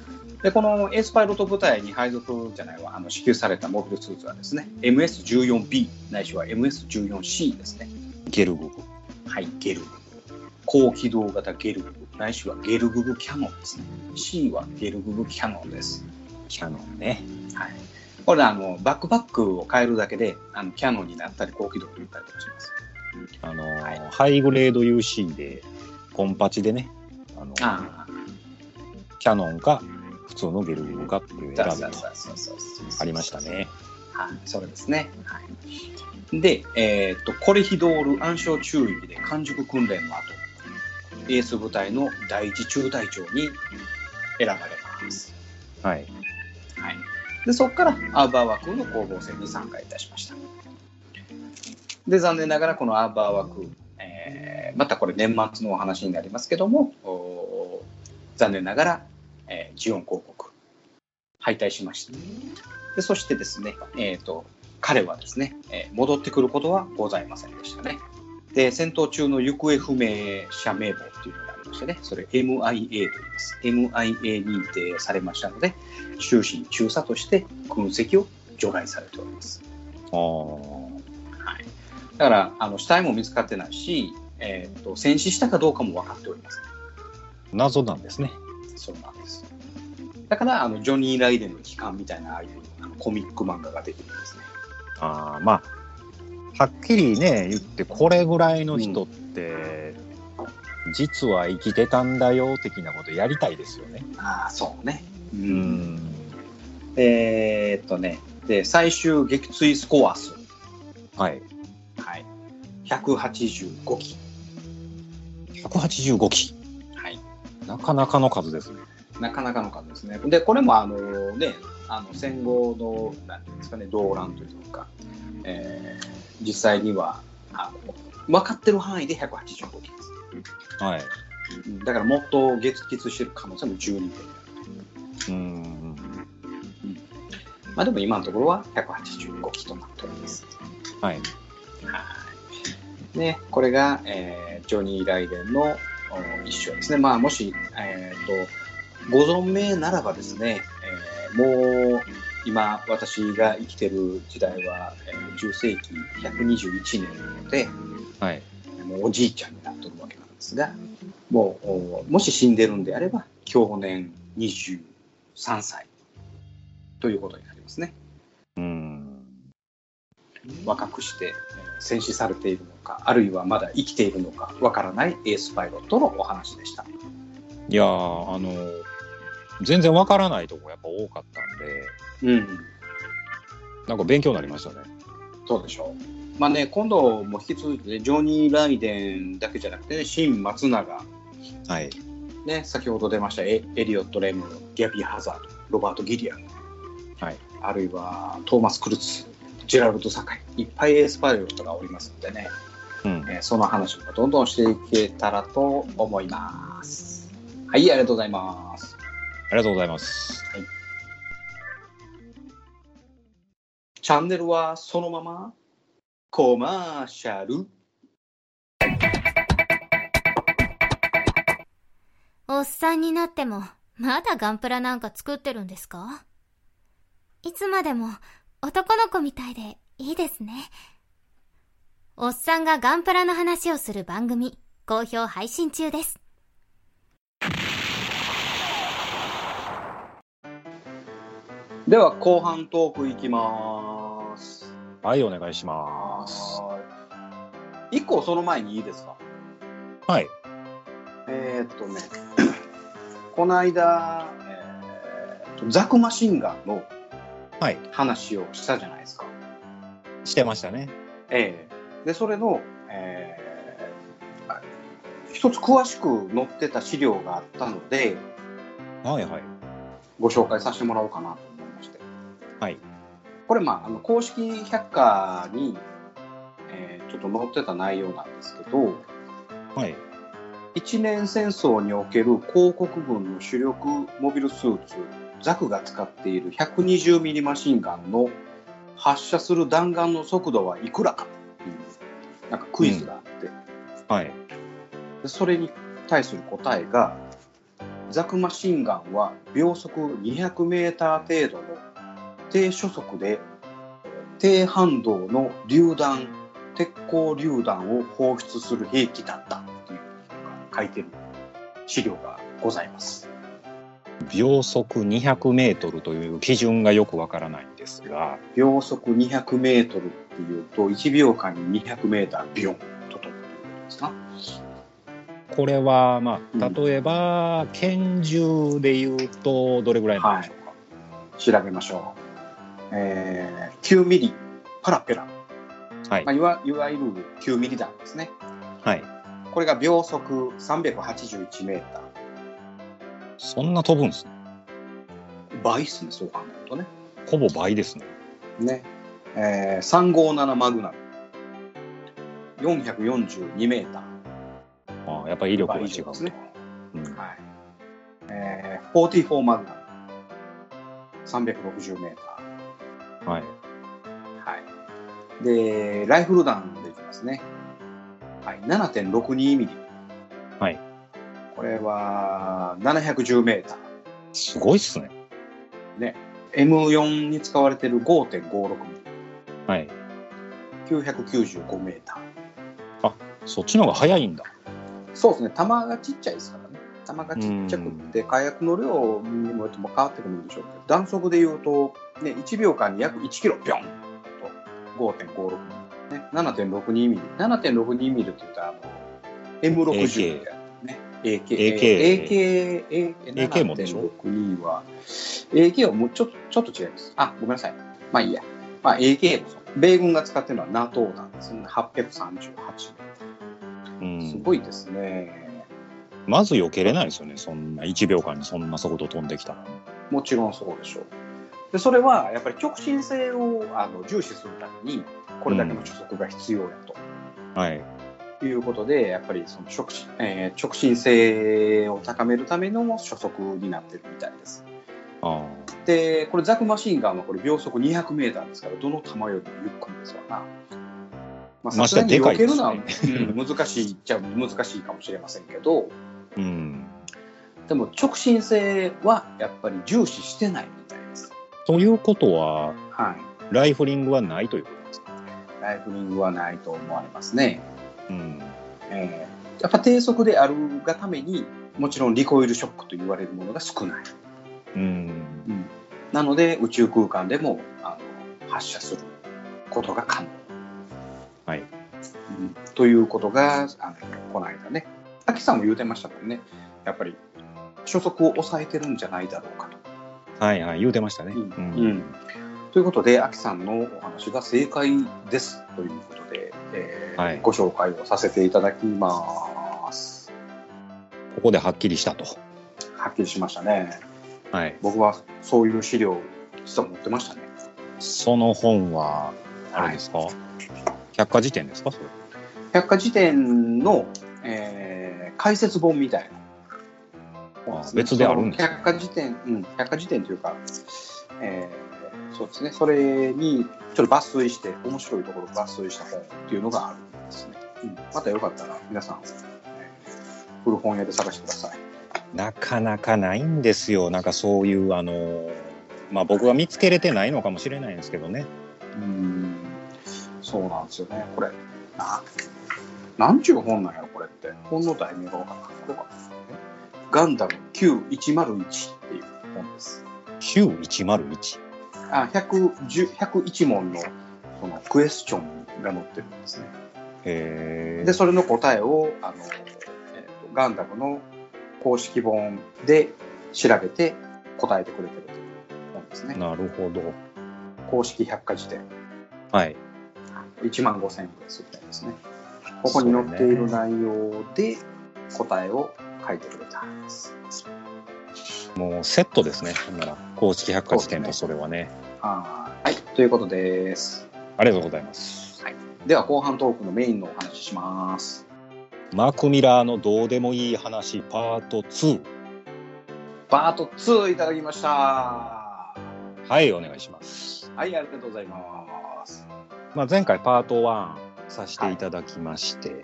A: でこのエースパイロット部隊に配属じゃないわ、あの支給されたモビルスーツはですね、MS14B、ないしは MS14C ですね。
B: ゲルグ
A: はい、ゲルググ。高機動型ゲルググ、ないしはゲルググキャノンですね。C はゲルググキャノンです。
B: キャノンね
A: はい、これあのバックパックを変えるだけであのキャノンになったり高機動になったりとかします。
B: あのー
A: はい
B: ハイグレード UC でコンパチでねあのー
A: あ
B: キャノンか普通のゲルググかっていう選
A: そう
B: び
A: そう
B: と
A: そうそうそう
B: ありました。ね
A: はい、それですね。はい、で、えーっと、コレヒドール暗証宙域で完熟訓練の後、エース部隊の第一中隊長に選ばれます。
B: はい
A: はい、でそこからアーバー枠の攻防戦に参加いたしました。で残念ながらこのアーバー枠、えーまたこれ年末のお話になりますけどもおー残念ながら、えージオン広告敗退しましたでそしてですね、えー、と彼はですね、えー戻ってくることはございませんでしたねで戦闘中の行方不明者名簿っていうのがありましてねそれ MIA と言います MIA 認定されましたので終身中佐として軍籍を除外されております。
B: あー
A: はい、だからあの死体も見つかってないし、えー、と戦死したかどうかも分かっておりませ
B: 謎なんですね
A: ん。そうなんです。だからあのジョニー・ライデンの帰還みたいなああいうあのコミック漫画ができるんですね。
B: あーまあはっきりね言ってこれぐらいの人って、実は生きてたんだよ的なことやりたいですよね。
A: ああそうね。う、
B: うんん
A: えーっとねで最終撃墜スコア数、
B: はい
A: はい、185機。
B: 185機
A: はい
B: なかなかの数ですね。
A: なかなかの数ですね。で、これもあの、ね、あの戦後のなんていうんですかね、動乱というか、えー実際にはあの分かってる範囲で185件
B: はい、
A: です。だからもっと月欠してる可能性も十二分。
B: うん
A: まあでも今のところは185機となっております。
B: はい
A: はい。ね、これが、えージョニー・ライデンのお一生ですね。まあ、もし、えっ、と、ご存命ならばですね、えーもう、今、私が生きてる時代は、えー10世紀121年なので、
B: はい
A: もうおじいちゃんになってるわけなんですが、もう、おもし死んでるんであれば、去年23歳ということになりますね。
B: うん
A: 若くしてえー戦死されているのかあるいはまだ生きているのかわからないエースパイロットのお話でした。
B: いやーあの全然わからないとこやっぱ多かったんで
A: うん、
B: なんか勉強になりましたね。
A: そうでしょう。まあね今度も引き続いてねジョニー・ライデンだけじゃなくて、ね、新松永、
B: はい
A: ね、先ほど出ましたエエリオット・レムギャビー・ハザードロバート・ギリアン、
B: はい、
A: あるいはトーマス・クルツジェラルド・サカイいっぱいエースパイロットがおりますのでね、
B: うん
A: えーその話もどんどんしていけたらと思います。はいありがとうございます。
B: ありがとうございます。
A: チャンネルはそのままコマーシャル。
F: おっさんになっても、まだガンプラなんか作ってるんですかいつまでも男の子みたいでいいですね。おっさんがガンプラの話をする番組、好評配信中です。
A: では後半トークいきます。
B: はい、お願いします。
A: 一個その前にいいですか
B: はい。
A: えーっとね、 [COUGHS] この間、えーっとザクマシンガンの
B: はい。
A: 話をしたじゃないですか。
B: してましたね。
A: ええで、それの、えーあ一つ詳しく載ってた資料があったので、
B: はいはい。
A: ご紹介させてもらおうかなと思いまして。
B: はい。
A: これ、まあ、あの公式百科に、えーちょっと載ってた内容なんですけど、
B: はい。
A: 一年戦争における広告軍の主力モビルスーツザクが使っている 120mm マシンガンの発射する弾丸の速度はいくらかっていうなんかクイズがあって、
B: はい。
A: でそれに対する答えがザクマシンガンは秒速 200m 程度の低初速で低反動の榴弾鉄鋼榴弾を放出する兵器だったっていうのが書いてる資料がございます。
B: 秒速200メートルという基準がよくわからないんですが、
A: 秒速 200m っていうと1秒間に 200m ビヨンと飛ぶってことですか
B: これは、ま
A: う
B: あ、
A: ん
B: 例えば、拳銃で言うと、どれぐらいなんでしょうか。
A: 調べましょう。えー、9ミリパラペラ
B: はい
A: まあ、いわいわゆる9ミリ弾ですね。
B: はい。
A: これが秒速381メータ
B: そんな飛ぶんですね。
A: ー。倍ですね、そう考えるとね。
B: ほぼ倍ですね。
A: ね。えー、357マグナム。442メーター。
B: ああやっぱり威力が
A: 倍以
B: 違
A: 上で
B: うと。
A: すね。
B: うん
A: はい。えー、44マグナム。360メータ
B: は
A: ー。は
B: い。
A: い。で、ライフル弾でいきますね。はい。7.62ミリ。
B: はい。
A: これは、710メーター。
B: すごいっすね。
A: ね、M4 に使われてる5.56ミ
B: はい。
A: リ、995メーター。
B: そっちの方が早いんだ。
A: そうですね、弾がちっちゃいですからね。弾がちっちゃくって、火薬の量にもよっても変わってくるんでしょうけど、弾速で言うと、ね、1秒間に約1キロ、ぴょんと5.56ミリ、ね、7.62ミリ。7.62ミリって言ったら、あの、M60 みたいなね。AK。AK。AK。
B: AK もでしょ
A: ?7.62 は、AK はもうちょっと、ちょっと違います。あ、ごめんなさい。まあいいや。まあ AK もそう。米軍が使ってるのは NATO なんですね。838メートル。
B: う
A: す
B: ん。
A: ごいですね。
B: まず避けれないですよね。そんな1秒間にそんな速度飛んできたら。
A: もちろんそうでしょう。でそれはやっぱり極真性をあの重視するためにこれだけの初速が必要や
B: はい。
A: ということで、やっぱりその直進、えー直進性を高めるための初速になってるみたいです。
B: あ
A: でこれザクマシンガンはこれ秒速 200m ですからどの球よりもゆっくりですわな。まあ
B: ま
A: さ
B: し
A: す
B: て
A: がに避け
B: でかいで
A: る
B: す
A: のは、
B: ね
A: うん難しいっちゃ難しいかもしれませんけど
B: あ。うん。
A: でも直進性はやっぱり重視してないみたいです。
B: ということは、
A: はい
B: ライフリングはないということですか。
A: ライフリングはないと思われますね。
B: うん。
A: えーやっぱ低速であるがためにもちろんリコイルショックと言われるものが少ない。
B: うん。
A: なので宇宙空間でもあの発射することが可能。
B: はい
A: うんということがあのこの間ね、滝さんも言うてましたもんね、やっぱり初速を抑えてるんじゃないだろうかと。
B: はいはい。言うてましたね。
A: うん
B: うん
A: うんということで、アキさんのお話が正解ですということで、えー
B: はい
A: ご紹介をさせていただきます。
B: ここではっきりしたと。
A: はっきりしましたね。
B: はい。
A: 僕はそういう資料、実は持ってましたね。
B: その本は、あれですか、百科事典ですかそれ。
A: 百科事典の、えー解説本みたいな、
B: あ別であるんですね
A: 百科事典、うん、百科事典というか、えーそうですね、それにちょっと抜粋して、面白いところを抜粋した本っていうのがあるんですね。うんまたよかったら、皆さん、えー古本屋で探してください。
B: なかなかないんですよ。なんかそういう、あの、まあ僕は見つけれてないのかもしれないんですけどね。
A: うんそうなんですよねこれななんちゅう本なんやろこれって本の題名が分からんこれはガンダム9101っていう本です
B: 週101。
A: あ110 101問のそのクエスチョンが載ってるんですね
B: へ
A: で
B: え。
A: それの答えをあの、えーとガンダムの公式本で調べて答えてくれてるという本ですね
B: なるほど。
A: 公式百科事典
B: はい。
A: 1万5000円くらいするみたいですね。ここに載っている内容で答えを書いてくれたんです。
B: もうセットですね。ほんなら、公式百科事典とそれはね。
A: はーい。ということです。
B: ありがとうございます。
A: では後半トークのメインのお話しします。
B: マーク・ミラーのどうでもいい話パート2。
A: パート2いただきました。は
B: はい、お願いします。
A: い、ありがとうございます。
B: まあ、前回パート1させていただきまして、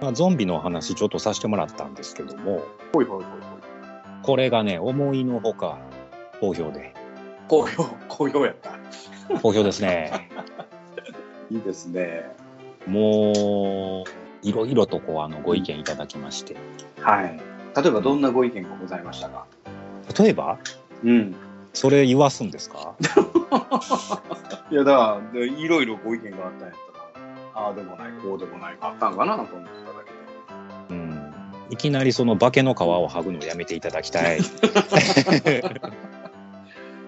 B: まあ、ゾンビのお話ちょっとさせてもらったんですけども、
A: ほいほいほいほい。
B: これがね、思いのほか好評で、
A: 好評、好評やった。
B: 好評ですね。
A: いいですね。
B: もう、いろいろとこうあのご意見いただきまして、
A: はい。例えばどんなご意見がございましたか
B: 例えば、
A: うん。
B: それ言わすんですか
A: いやだからでいろいろご意見があったんやったらああでもないこうでもないあったんかなと思ってただけで
B: うん。いきなりその化けの皮を剥ぐのやめていただき [LAUGHS] たい。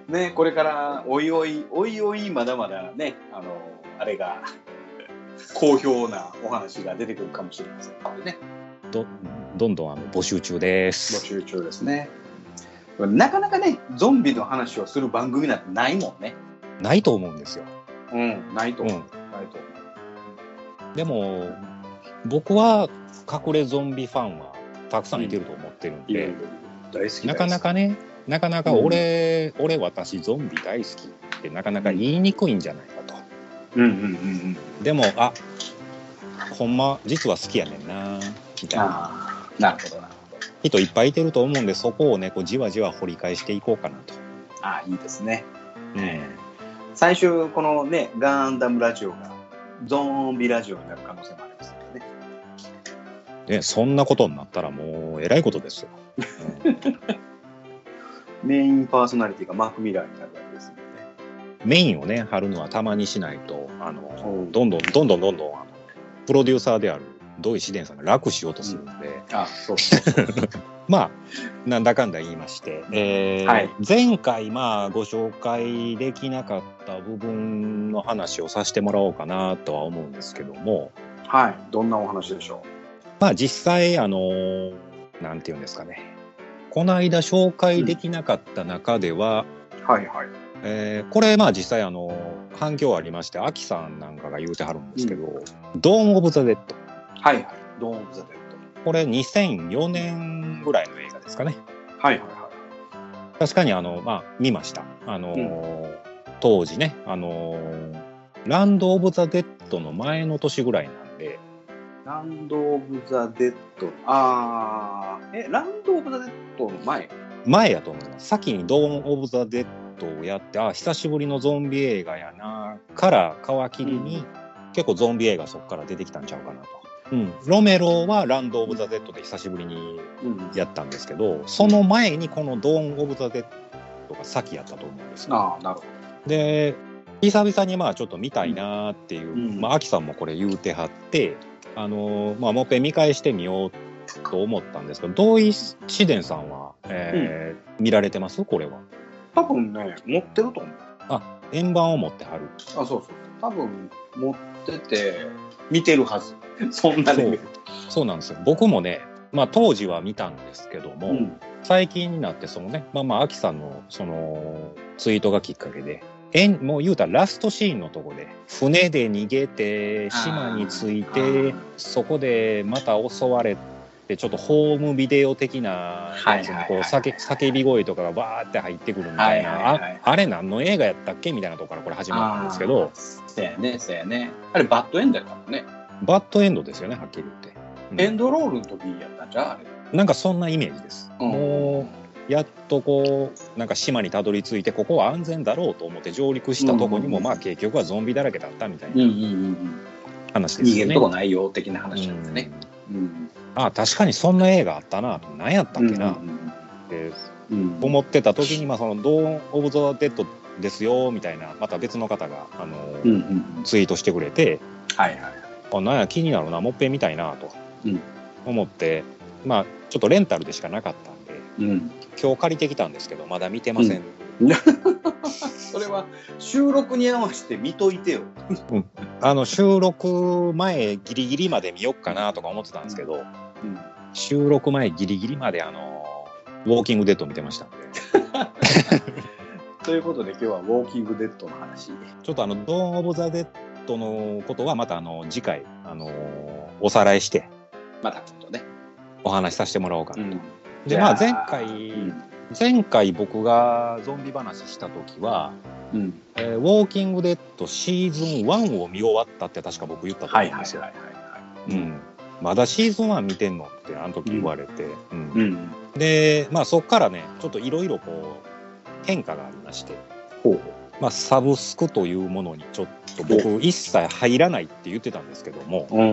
A: ね、これからおいおいおいおいまだまだねあのあれが好評なお話が出てくるかもしれませんのでね
B: どどんどんあの募集中です。
A: 募集中ですねなかなかねゾンビの話をする番組なんてないもんね
B: ないと思うんですよ。
A: うんないと
B: う
A: 思う、
B: ん、
A: ないと思う
B: でも僕は隠れゾンビファンはたくさんいてると思ってるん
A: いろい
B: で
A: ろ、大好き
B: なかなかねなかなか俺、俺私ゾンビ大好きってなかなか言いにくいんじゃないかと。
A: うんうんうんうん
B: でもあほんま実は好きやねんなみたいな
A: ああなるほどなるほど
B: 人いっぱいいてると思うんでそこをねこうじわじわ掘り返していこうかなと。
A: ああいいですね
B: ね
A: 最終このねガンダムラジオがゾンビラジオになる可能性もありますからね
B: ねそんなことになったらもうえらいことですよ。うん
A: メインパーソナリティがマーク・ミラーになるわけですのでね
B: メインをね貼るのはたまにしないとあの
A: うん
B: どんどんどんどんどんどんあのプロデューサーである土井紫伝さんが楽しようとするんで、
A: あそうそうそうそう
B: まあなんだかんだ言いまして、えー
A: はい
B: 前回まあご紹介できなかった部分の話をさせてもらおうかなとは思うんですけども
A: [LAUGHS] はいどんなお話でしょ
B: まあ実際あのなんて言うんですかねこの間紹介できなかった中では、
A: うはいはい
B: えーこれまあ実際あの反響ありましてアキさんなんかが言うてはるんですけど「ドーン・オブ・ザ・デッド
A: はいはいドーン・オブ・ザ・デッド」
B: これ2004年ぐらいの映画ですかね
A: はいはいは
B: 確かにあのまあ見ましたあのー、当時ねあのーランド・オブ・ザ・デッドの前の年ぐらいなんで
A: いランド・オブ・ザ・デッドああえランド・オブ・ザ・デッドの前
B: 前やと思います先に「ドーン・オブ・ザ・デッド」をやってあ久しぶりのゾンビ映画やなから皮切りに、結構ゾンビ映画そこから出てきたんちゃうかなと、うん、ロメロは「ランド・オブ・ザ・デッド」で久しぶりに
A: うん
B: やったんですけどその前にこの「ドーン・オブ・ザ・デッド」が先やったと思うんですよ
A: ああなるほ
B: で久々にまあちょっと見たいなっていう、
A: うん
B: まあ、アキさんもこれ言うてはってあのーまあもう一回見返してみようと思ったんですけど同意紫伝さんは、えー見られてますこれは
A: ど多分ね持ってると思う
B: あ円盤を持ってはる
A: あそうそう多分持ってて見てるはずそんなレベル
B: そうなんですよ僕もねまあ当時は見たんですけども、
A: うん
B: 最近になってそのねまあまあアキさんのそのツイートがきっかけでえんもう言うたらラストシーンのとこで船で逃げて島に着い
A: あーあ
B: て
A: ー
B: そこでまた襲われてちょっとホームビデオ的な
A: はいはい
B: やつ
A: はい
B: に
A: はい
B: こう叫叫び声とかがバーって入ってくるみたいな、
A: はいはいはいはい
B: ああれ何の映画やったっけみたいなとこからこれ始まったんですけど
A: せやねせやねあれバッドエンドやったもんね
B: バッドエンドですよねはっきり言って。うん
A: エンドロールの時やったんじゃうあれ
B: なんかそんなイメージです。
A: うん
B: もうやっとこうなんか島にたどり着いてここは安全だろうと思って上陸したとこにも、
A: うん
B: まあ結局はゾンビだらけだったみたい
A: うんう
B: なん
A: うん
B: 話
A: うん
B: で
A: 逃
B: す
A: げ
B: よ
A: る
B: ね。
A: とこないよ的な話なんでね。うん。
B: あ確かにそんな映画あったなと何やったっけなっ
A: う
B: て
A: ん。
B: 思ってた時に、まあ、そのドーン・オブ・ザ・デッドですよみたいなまた別の方が、あの
A: うんうん。
B: ツイートしてくれて
A: はいはい。
B: あなんや気になるなもっぺん見たいなと
A: うん
B: 思って、まあちょっとレンタルでしかなかったんで
A: うん。
B: 今日借りてきたんですけどまだ見てません、
A: それは収録に合わせて見といてよ。
B: あの収録前ギリギリまで見よっかなとか思ってたんですけど、
A: うん。
B: 収録前ギリギリまであのウォーキングデッド見てましたんで
A: ということで今日はウォーキングデッドの話。
B: ちょっとあのドーン・オブ・ザ・デッドのことはまたあの次回あのおさらいして
A: またちょっとね。
B: お話しさせてもらおうかな、
A: ん。
B: でまあ
A: じ
B: 前
A: ゃあ
B: 回、
A: うん。
B: 前回僕がゾンビ話した時は、
A: うん。
B: えーウォーキングデッドシーズン1を見終わったって確か僕言ったと
A: は
B: 思
A: い
B: うん
A: はい
B: で
A: はい
B: すよ。
A: はい。
B: うんまだシーズン1見てんのってあの時言われて、うん
A: うん。
B: でまあそっからねちょっといろいろこう変化がありまして、
A: ほう。
B: まあ、サブスクというものにちょっと僕一切入らないって言ってたんですけども、
A: う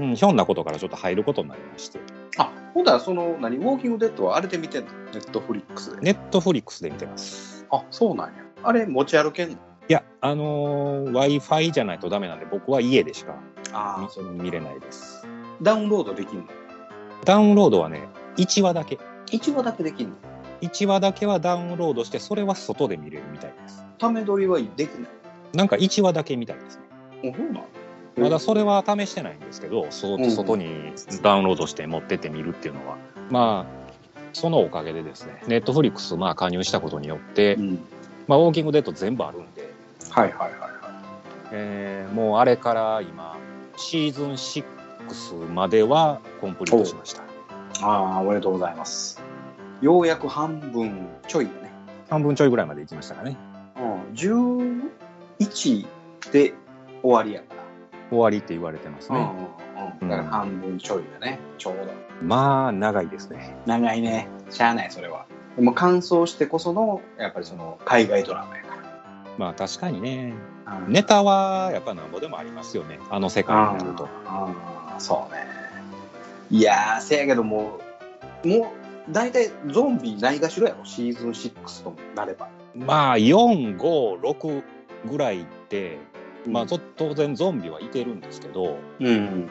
A: ん。
B: うん、ひょんなことからちょっと入ることになりまして
A: あ、ほんだらその、何、ウォーキングデッドはあれで見てんのネットフリックスで。
B: ネットフリックスで見てます。
A: あ、そうなんや。あれ持ち歩けんの
B: いやあの w i f i じゃないとダメなんで僕は家でしか
A: あ
B: 見見れないです
A: ダウンロードできんの
B: ダウンロードはね1話だけ
A: 一話だけできんの
B: 1話だけはダウンロードしてそれは外で見れるみたいです
A: ため撮りはできない。
B: なんか1話だけみたいですね
A: おそうなん
B: まだそれは試してないんですけど、そ
A: うん
B: 外にダウンロードして持ってって見るっていうのは、まあ、そのおかげでですね、ネットフリックスまあ加入したことによって、
A: うん。
B: まあ、ウォーキングデッド全部あるんで、
A: はいはいはいは
B: えーもうあれから今、シーズン6まではコンプリートしました。
A: い。ああ、おめでとうございます。ようやく半分ちょいよね。
B: 半分ちょいぐらいまで行きましたかね。
A: うん、11で終わりやから。
B: 終わりって言われてますね。
A: うんうんうん、だから半分ちょいだね、ちょうど。
B: まあ、長いですね。
A: 長いね、しゃあない、それは。でも乾燥してこその、やっぱりその海外ドラマやか
B: まあ、確かにね、
A: ら。うん
B: ネタはやっぱなんぼでもありますよね。あの世界になると。
A: ああそうねいやーせやけどもうもう大体ゾンビないがしろやろシーズン6となれば
B: まあ456ぐらいって、まあ、ちょっと当然ゾンビはいてるんですけど
A: うん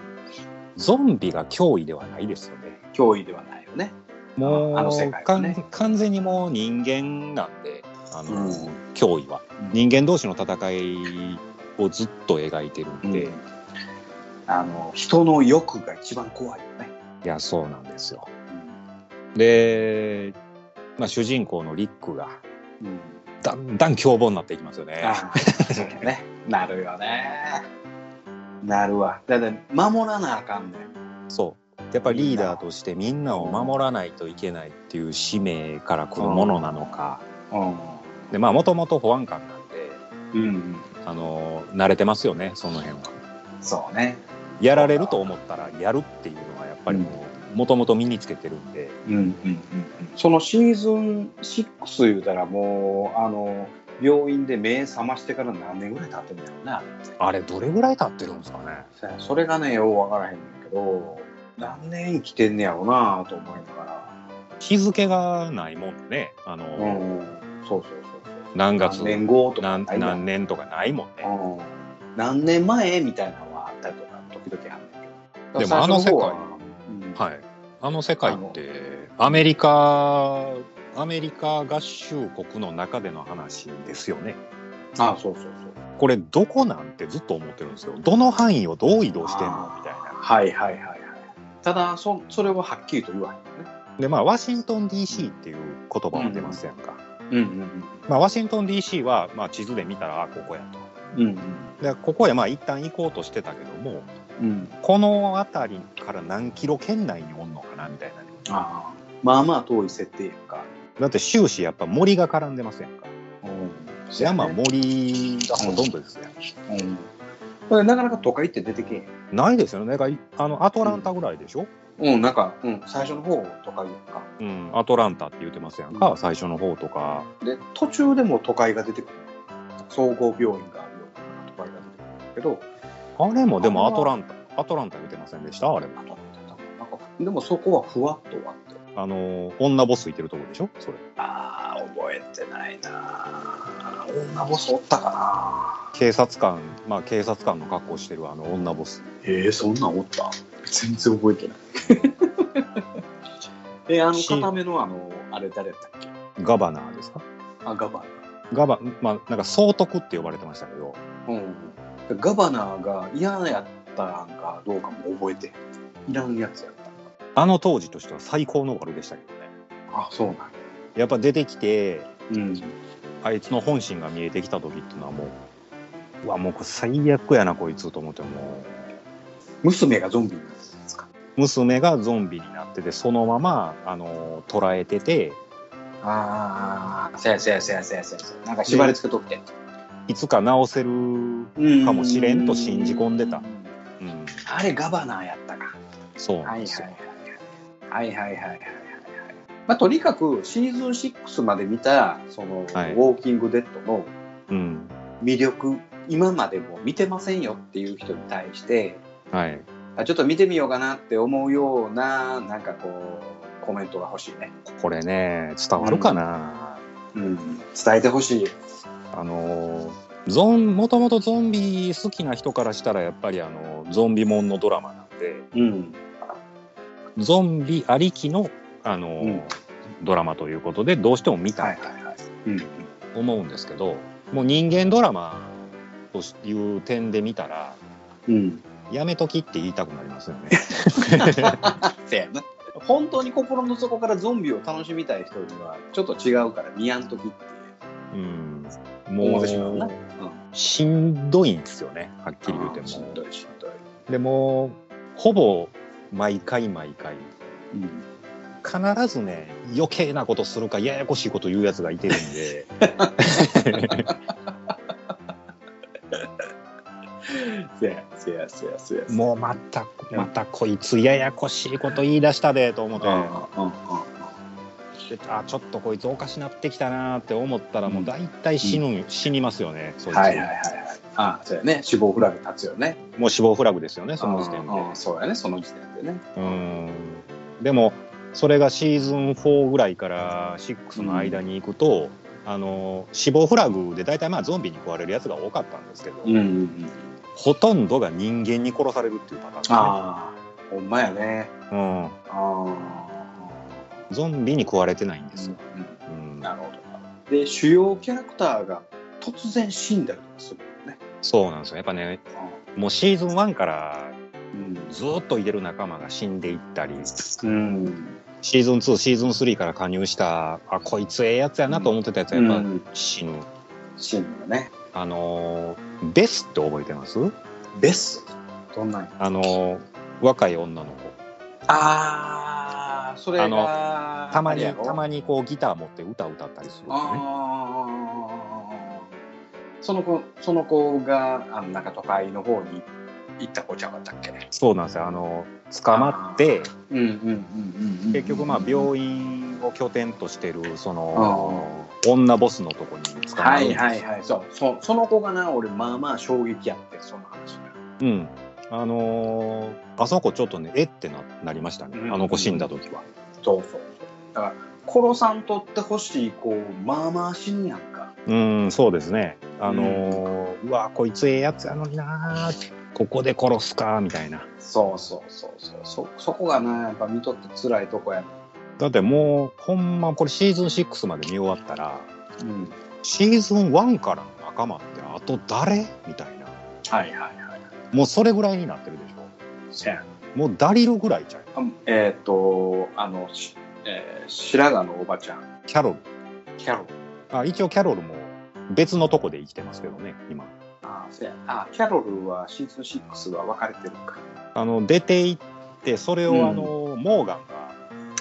B: ゾンビが脅威ではないですよね。
A: 脅威ではないよね
B: もう
A: あの世界はね
B: 完完全にもう人間なんであの、
A: うん
B: 脅威は人間同士の戦いをずっと描いてるんで、
A: う
B: い
A: んあの人の欲が一番怖いよね
B: やそうなんですよ。で、まあ、主人公のリックが
A: うん、
B: だんだん凶暴になっていきますよね。
A: ああそうだね [LAUGHS] なるよねなるわだって守らなあかんねん
B: そうやっぱりリーダーとしてみんなを守らないといけないっていう使命から来るものなのかでまあもともと保安官なんで
A: うん、うん、
B: あの慣れてますよねその辺は
A: そうね
B: やられると思ったらやるっていうのはやっぱりもうもともと身につけてるんで
A: うんうんうんうん、そのシーズン6言うたらもうあの病院で目覚ましてから何年ぐらい経ってるんだろうねあれって
B: あれどれぐらい経ってるんですかね
A: そやそれがねよう分からへんねんけど何年生きてんねやろうなと思いながら、
B: 日付がないもんでねあの、
A: うん、そうそうそうそう
B: 何月
A: 何年後とか
B: 何
A: ないやん
B: 何年とかないもんね、
A: うん何年前みたいなのはあったりとか時々あんねんけど
B: でもあの世界
A: 最初方はうん
B: はいあの世界ってアメリカアメリカ合衆国の中での話ですよね
A: あそうそうそう
B: これどこなんてずっと思ってるんですよどの範囲をどう移動してんのみたいな
A: はいはいはいはいただそそれははっきりと言わへんよね
B: でまあワシントン DC っていう言葉も出ますやんか、
A: うんうん
B: まあ、ワシントン DC は、まあ、地図で見たらあここや
A: うんうん
B: とでここへまあ一旦行こうとしてたけども
A: うん
B: この辺りから何キロ圏内におんのかなみたいなね
A: ああまあまあ遠い設定やんか、
B: だって終始やっぱ森が絡んでますやんか山
A: も、
B: 森がほとんどですやん、
A: うん、これなかなか都会って出てけえへん
B: ないですよねだからいあのアトランタぐらいでしょ、
A: うん、なんか、うん、最初の方とかいうか。
B: うん、アトランタって言ってますやんか、最初の方とか。
A: で、途中でも都会が出てくる。総合病院があるような都会が出てくるけど、
B: あれもでもアトランタ、アトランタ言ってませんでしたあれも
A: あ。となんか、でもそこはふわっと終わって。
B: あの、女ボスいてるとこでしょそれ。
A: ああ、覚えてないなぁ。女ボスおったか
B: 警察官、まあ警察官の格好してるあの女ボス。
A: なえー、そんなんおった全然覚えてない。 [LAUGHS] え、あの、
B: し
A: 固めのあの、あれ誰だったっけ
B: ガバナーですか
A: あ、ガバ
B: ガバ、まあなんか総督って呼ばれてましたけど、
A: ナー。うん。ガバナーが嫌なやったんかどうかも覚えてへんいらんやつやったんか。
B: あの当時としては最高の悪でしたけどね。
A: あ、そうなんや
B: やっぱ出てきて、
A: うん。
B: あいつの本心が見えてきた時っていうのはもう、うわ、もうこれ最悪やな、こいつと思って、も
A: 娘がゾンビになってたんですか。
B: う、娘がゾンビになってて、そのまま、あの、捕らえてて、
A: ああ、せやせやせやせやせやせや。なんか
B: 縛り
A: 付けとって。
B: いつか治せる、うん、
A: うん
B: かもしれんと信じ込んでた。
A: あれガバナーやったか。
B: そうな
A: は
B: ん
A: い
B: です
A: は
B: よ。
A: いはい。はいはいはいはいはいはい。まあ、とにかくシーズン6まで見たその、
B: はい
A: ウォーキングデッドの
B: うん。
A: 魅力今までも見てませんよっていう人に対して
B: はい。
A: あちょっと見てみようかなって思うようななんかこうコメントが欲しいね、
B: これね、伝わるかな、
A: うん、伝えてほしい
B: あの、ゾン、もともとゾンビ好きな人からしたら、やっぱりあの、ゾンビもんのドラマなんで、
A: うん
B: ゾンビありきの、あの、
A: うん
B: ドラマということで、どうしても見たい
A: はいはいうん
B: と思うんですけど、もう人間ドラマという点で見たら、
A: うん
B: やめときって言いたくなりますよね。
A: せやな本当に心の底からゾンビを楽しみたい人にはちょっと違うから見やんときって
B: [LAUGHS] うん。
A: 思
B: も
A: ってしまうな、う
B: う、
A: ん、
B: しんどいんですよね、はっきり言うて
A: あーし
B: も
A: ん。どいしんどい、
B: でもほぼ毎回毎回
A: うん
B: 必ずね余計なことするかややこしいこと言うやつがいてるん
A: [LAUGHS]
B: で
A: せやせやせやせや
B: もうまたまたこいつややこしいこと言い出したでと思ってであちょっとこいつおかしなってきたなって思ったらもう大体死ぬ、死にますよねそいつ、
A: はいはいはいはいあそうやね死亡フラグ立つよね
B: もう死亡フラグですよねその時点で
A: うんうんそうやねその時点でね
B: うんでもそれがシーズン4ぐらいから6の間に行くと、あの死亡フラグで大体まあゾンビに食われるやつが多かったんですけど、
A: ん、うん、
B: ほとんどが人間に殺されるっていうパターン
A: ああほんまやね
B: ですね、うん
A: ああ
B: ゾンビに食われてないんで
A: う
B: すよ、
A: ん
B: うん
A: なるほどで主要キャラクターが突然死んだりとかするよね
B: そうなんですよやっぱねもうシーズン1からずっといてる仲間が死んでいったりシ
A: うん、
B: ーズン2シーズン3から加入したあこいつええやつやなと思ってたやつは
A: うん、
B: や
A: う
B: っぱ
A: ん、
B: 死ぬ、
A: 死ぬよね
B: あのーベスって覚えてます
A: ベスどんなんや
B: あのー若い女の子
A: ああそれ
B: あ
A: が
B: たま
A: あれ
B: に
A: やろ
B: たまにこうギター持って歌歌ったりするんですよね
A: ああその子その子があのなんか都会の方に行った子ちゃうかったっけ
B: そうなんですよあの捕まって
A: うんうんうんうん
B: 結局まあ病院を拠点としてるその女ボスのとこに捕ま
A: は
B: るん
A: い
B: です
A: はいはいそうそその子がな俺まあまあ衝撃やってその話が
B: うんあのーあそこちょっとねえってななりましたね、
A: うん
B: あの子死んだ時は
A: そうそうそうだから殺さんとってほしい子まあまあ死んやんか
B: うんそうですねあのーうわこいつええやつやのになここで殺すかみたいな
A: そうそうそうそうそそこがなやっぱ見とって辛いとこや
B: だってもうほんまこれシーズン6まで見終わったら
A: うん
B: シーズン1からの仲間ってあと誰みたいな
A: はいはいはい
B: もうそれぐらいになってるでしょ
A: せや
B: もうダリルぐらいじゃん
A: あえっ、とあの、しえー白髪のおばちゃん
B: キャロル
A: キャロル
B: あ一応キャロルも別のとこで生きてますけどね今
A: あそうやあキャロルはシーズン6は分かれてるか
B: あの出て行ってそれを、
A: うん
B: あのモーガン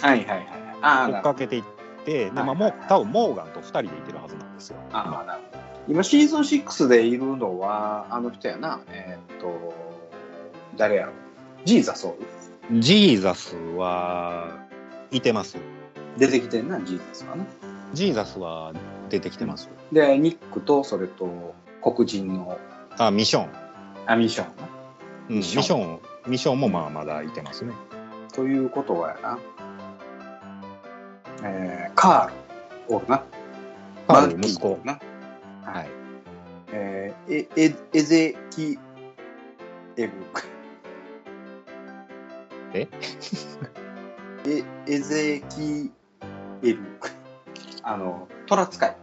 A: はいはいはいあな
B: が追っ
A: るほ
B: か
A: ど
B: けていってで、まあ
A: はい
B: もう多分モーガンと2人でいてるはずなんですよ
A: あなるほど今シーズン6でいるのはあの人やなえーっと誰やろジーザスおる
B: 今ジーザスはいてます。
A: 出てきてんな、ジーザスはね。
B: ジーザスは出てきてます。
A: で、ニックと、それと、黒人の
B: あ、ミション。
A: アミッションな。
B: うんミ
A: ミ
B: シ
A: シ
B: ョ
A: ョン
B: ン、ミションもまあまだいてますね。
A: ということはやな、えー、カールおるな。
B: カール
A: マルキ
B: 息子
A: な。
B: はい。
A: えー、え、え、エゼキエル。
B: [LAUGHS] え
A: [LAUGHS] え、エゼキエル。あの、トラ使い。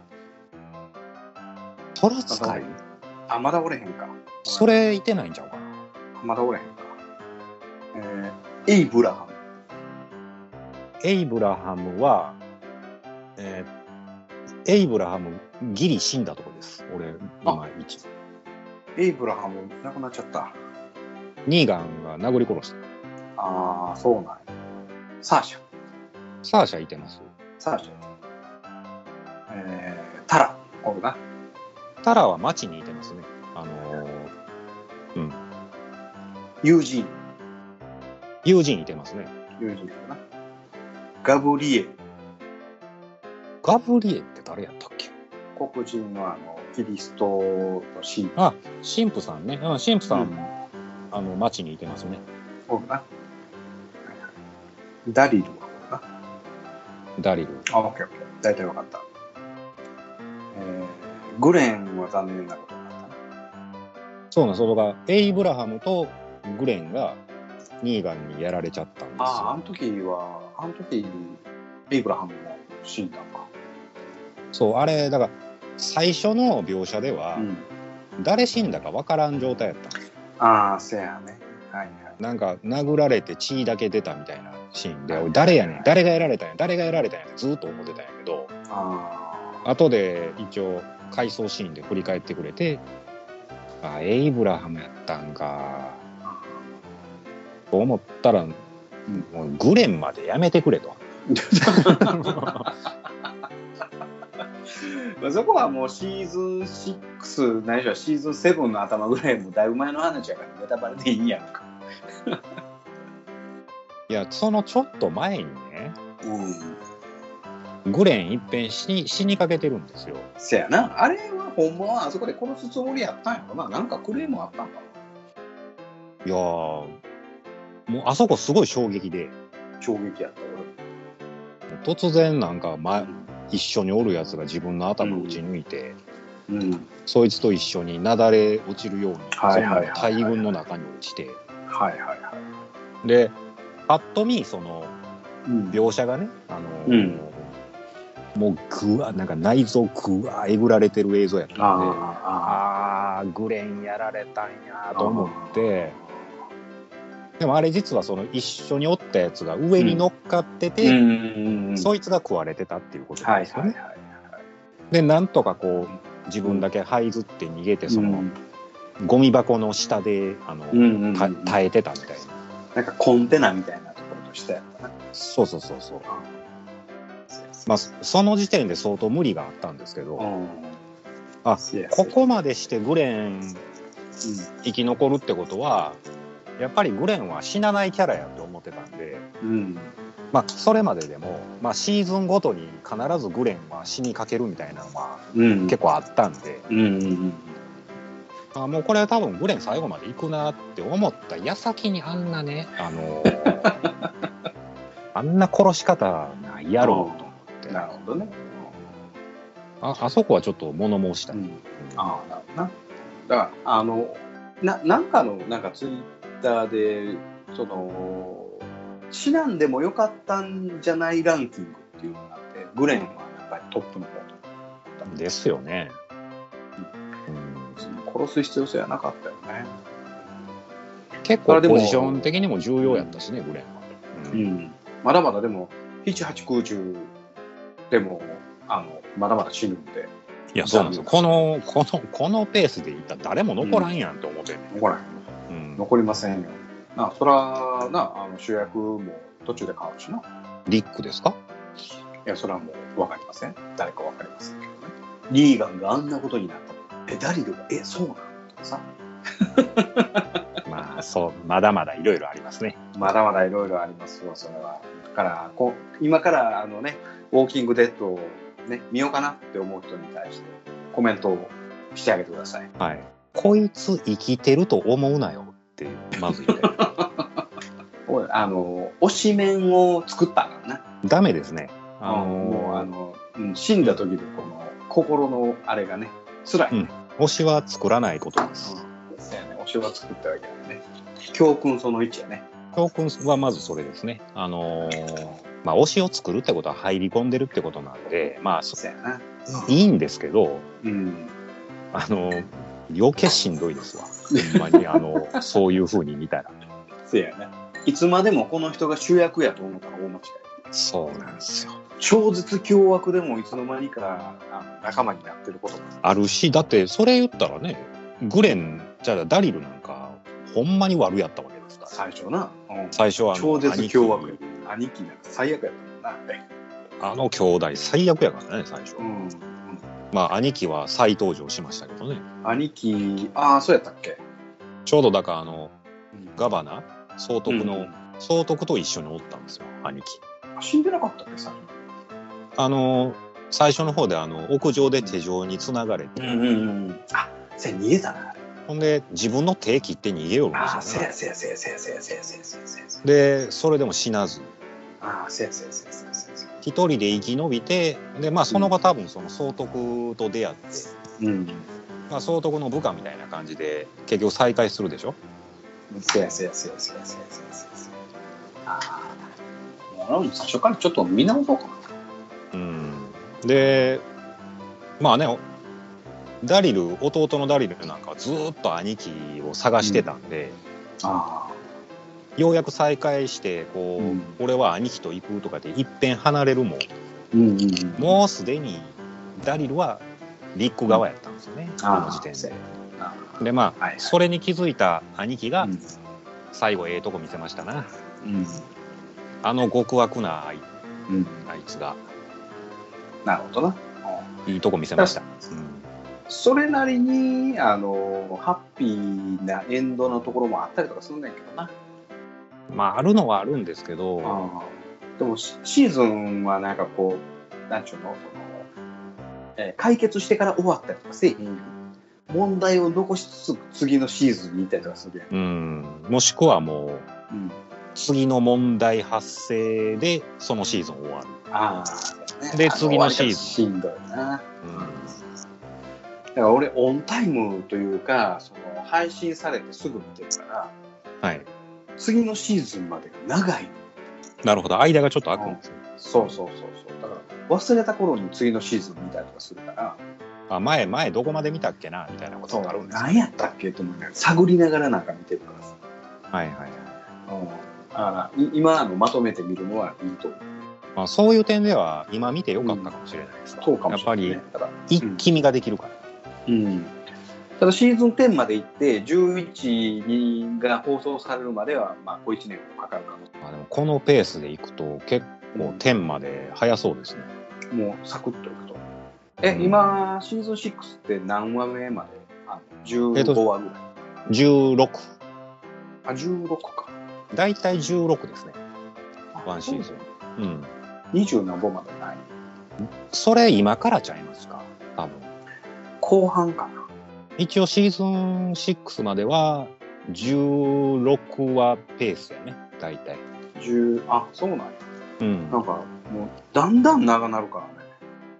B: トラ使い
A: あ、まだおれへんか。
B: それいてないんちゃうかな。
A: まだおれへんか。えー、エイブラハム。
B: エイブラハムは、えーエイブラハム、ギリ死んだとこです。俺、今、一
A: エイブラハム、なくなっちゃった。
B: ニーガンが殴り殺した。
A: ああ、そうなんや。サーシャ。
B: サーシャいてます。
A: サーシャ。えー、タラ。おるな。
B: タラは町にいてますね。あのー
A: ユージーン。
B: 友人いてますね。
A: ユージーンおるな。ガブリエル。
B: ガブリエって誰やったっけ
A: 黒人のあの、キリストの神父。
B: 神父さんね。うん、神父さん、あの、町にいてますね。
A: おるな。ダリルはおるな。
B: ダリル。
A: あ、オッケーオッケー。大体わかった。えー、グレンは残念なことになったな。
B: そうなんですそれが、エイブラハムとグレンがニーガンにやられちゃったんです
A: ああ、あ
B: よ。
A: の時は、あの時、エイブラハムも死んだんか。
B: そう、あれ、だから、最初の描写では、
A: うん。
B: 誰死んだかわからん状態やったんですよ
A: ああ、せやね。はいはい。
B: なんか、殴られて血だけ出たみたいなシーンで、おい誰やねん、誰がやられたんや、誰がやられたんやってずーっと思ってたんやけど、
A: あ
B: 後で一応回想シーンで振り返ってくれてあエイブラハムやったんかと思ったら、もうグレンまでやめてくれと
A: ーまあそこはもうシーズン6ないしはシーズン7の頭ぐらいもだいぶ前の話やからネタバレでいいやんか。
B: いやそのちょっと前にね
A: うん。
B: グレン一遍死に死にかけてるんですよ
A: せやな。あれはほんまはあそこで殺すつもりやったんやろな。なんかクレームあったんか
B: いやーもうあそこすごい衝撃で
A: な。衝撃やった
B: 突然なんか、ま、一緒におるやつが自分の頭を打ち抜いて、
A: 俺。うん。
B: そいつと一緒に雪崩落ちるように
A: はいはいはいはい
B: その大群の中に落ちて
A: はいはいはい。
B: でパッと見その
A: うん
B: 描写がね、あのー
A: うん
B: もうぐわなんか内臓ぐわえぐられてる映像やったんであ
A: あ
B: あーグレンやられたんやと思っ
A: あ
B: てでもあれ実はその一緒におったやつが上に乗っかって
A: ー。う
B: て、
A: ん。
B: そいつが食われてたっていうことなん
A: はい
B: ですよ
A: は
B: ね。
A: いはい。
B: でなんとかこう自分だけ這いずって逃げてその、
A: うん
B: ゴミ箱の下であの、
A: うんうんうん
B: た耐えてたみたい
A: な
B: な。
A: んかコンテナみたいなところとしてやったな。
B: そうそうそうそう。まあ、その時点で相当無理があったんですけど、
A: うん。
B: あ
A: せやせ
B: こ
A: や
B: こまでしてグレン生き残るってことは、やっぱりグレンは死なないキャラやと思ってたんで、
A: うん。
B: まあ、それまででも、まあ、シーズンごとに必ずグレンは死にかけるみたいなのは
A: うん。
B: 結構あったんで、
A: うんうんうん。
B: あもうこれは多分グレン最後まで行くなって思った矢先にあんなね、あのー [LAUGHS] あんな殺し方ないやろうと思って、
A: なるほどね。
B: ああそこはちょっと物申したい。
A: ん、ああ、なるほどな。だから、あの、な、なんかの、なんかツイッターで、その、死なんでもよかったんじゃないランキングっていうのがあって、グレンはやっぱりトップの方
B: ですよね。うん
A: 殺す必要性はなかったよね。
B: 結
A: ま
B: 構
A: あでも
B: ポジション的にも重要やったしね、グレンは。うん
A: ん。まだまだでも、7、8、空中でも、あの、まだまだ死ぬんで、
B: いや、そうなんですよ。この、この、このペースでいったら誰も残らんやんって思ってんね、
A: 残らへん。
B: うん
A: 残りませんよ。なあ、そら、なあ、あの主役も途中で変わるしな。
B: リックですか
A: いや、それはもう分かりません。誰か分かりませんけどね。リーガンがあんなことになった。え、ダリルが、え、そうなのとかさ。
B: まあ、そう、まだまだいろいろありますね。
A: まだまだいろいろありますわ、それは。だから、こう今からあのね、ウォーキングデッドを、ね、見ようかなって思う人に対して、コメントをしてあげてください。
B: はい。こいつ生きてると思うなよって、まず言 [LAUGHS] って。
A: おあの、推し面を作ったんだな。
B: ダメですね。あ
A: もう、あ
B: の
A: の、うん死んだ時のこの心のあれがね、辛い。
B: うん推しは作らないことです。
A: そうやね、お城が作ったわけだよね。教訓その1やね。
B: 教訓はまずそれですね。あのーまあ、推しを作るってことは入り込んでるってことなんで、まあ、そ
A: そうやな。
B: いいんですけど、
A: うん。
B: あのー余計しんどいですわ。ほんまに、あのーそういう風に見たら。
A: そうやね。いつまでもこの人が主役やと思ったら大間違い。
B: そうなんですよ。
A: 超絶凶悪でもいつの間にかあの仲間になってることも
B: あるし、だって、それ言ったらね、グレン、じゃあダリルなんか、ほんまに悪やったわけですから。
A: 最初な、うん
B: 最初はあの
A: 超絶凶悪
B: 兄貴
A: 兄貴なんか最悪やったもんな
B: あの兄弟最悪やからね最初、
A: うん
B: まあ兄貴は再登場しましたけどね
A: 兄貴ああそうやったっけ
B: ちょうどだからあの
A: うん
B: ガバナ総督の、
A: うん
B: 総督と一緒におったんですよ兄貴
A: あ死んでなかったっけ最初
B: あの最初の方であの屋上で手錠につながれて、
A: うんあせや逃げたな
B: ほんで自分の手切って逃げよるん
A: ああ
B: です
A: せ
B: よ、ね
A: や、せやせやせやせやせやせやせやせやせや
B: でそれでも死なず
A: ああせやせやせやせやせやせや
B: 一人で生き延びてでまあその後多分その総督と出会って、
A: うん
B: まあ、総督の部下みたいな感じで結局再会するでしょ
A: せやせやせやせやせやせやせやせやああもう俺も最初からちょっと見直そうかな
B: うんでまあねおダリル弟のダリルなんかはずーっと兄貴を探してたんで、
A: あ
B: ようやく再会してこう、
A: うん
B: 俺は兄貴と行くとかっていっぺん離れるも
A: うんうんうん
B: もうすでにダリルはリック側やったんですよね、
A: あー
B: あの時点
A: そう
B: で
A: や。あー
B: でまあ、
A: はい
B: それに気づいた兄貴が
A: うん
B: 最後ええとこ見せましたな
A: うん
B: あの極悪なあい
A: うん
B: あいつが
A: なるほどな。
B: いいとこ見せました、うん
A: それなりにあのハッピーなエンドのところもあったりとかするんだけどな。
B: まああるのはあるんですけど、
A: でもシシーズンはなんかこうなんちゅうのその、えー解決してから終わったりとかせえへんやん問題を残しつつ次のシーズンに行ったりとかするやん。
B: うん、もしくはもう
A: うん、
B: 次の問題発生でそのシーズン終わる、
A: ああ、ね
B: で
A: あ
B: 次のシーズン
A: 終わり方しんどいな。だから俺オンタイムというかその配信されてすぐ見てるから
B: はい
A: 次のシーズンまでが長いの
B: なるほど間がちょっと空くんですよ、
A: そうそうそうそう。だから忘れた頃に次のシーズン見たりとかするから、
B: あ前前どこまで見たっけなみたいなことになるんですよ
A: 何やったっけと思いながら探りながらなんか見てるからさ。
B: はいはいはい、
A: うん。だからい今あのまとめて見るのはいいと思う。
B: まあ、そういう点では今見てよかったかもしれないです、
A: そうかもしれない、ね。
B: やっ
A: ぱり。
B: ぱり一気見ができるから、
A: うん。ただシーズン10まで行って11にが放送されるまではまあ小1年もかかるかも
B: まあ、でもこのペースでいくと結構天まで早そうですね
A: もうサクッといくと。え、
B: うん
A: 今シーズン6って何話目まであの ?15 話ぐらい。
B: 16
A: あ、16か。
B: 大体16ですねワンシーズ
A: ン。
B: ンうん
A: 20何本までない。
B: それ今からちゃいますか多分
A: 後半かな。
B: 一応シーズン6までは16話ペースやね大体
A: 10、あ、そうなんや。
B: うん
A: なんか、もう、だんだん長なるからね。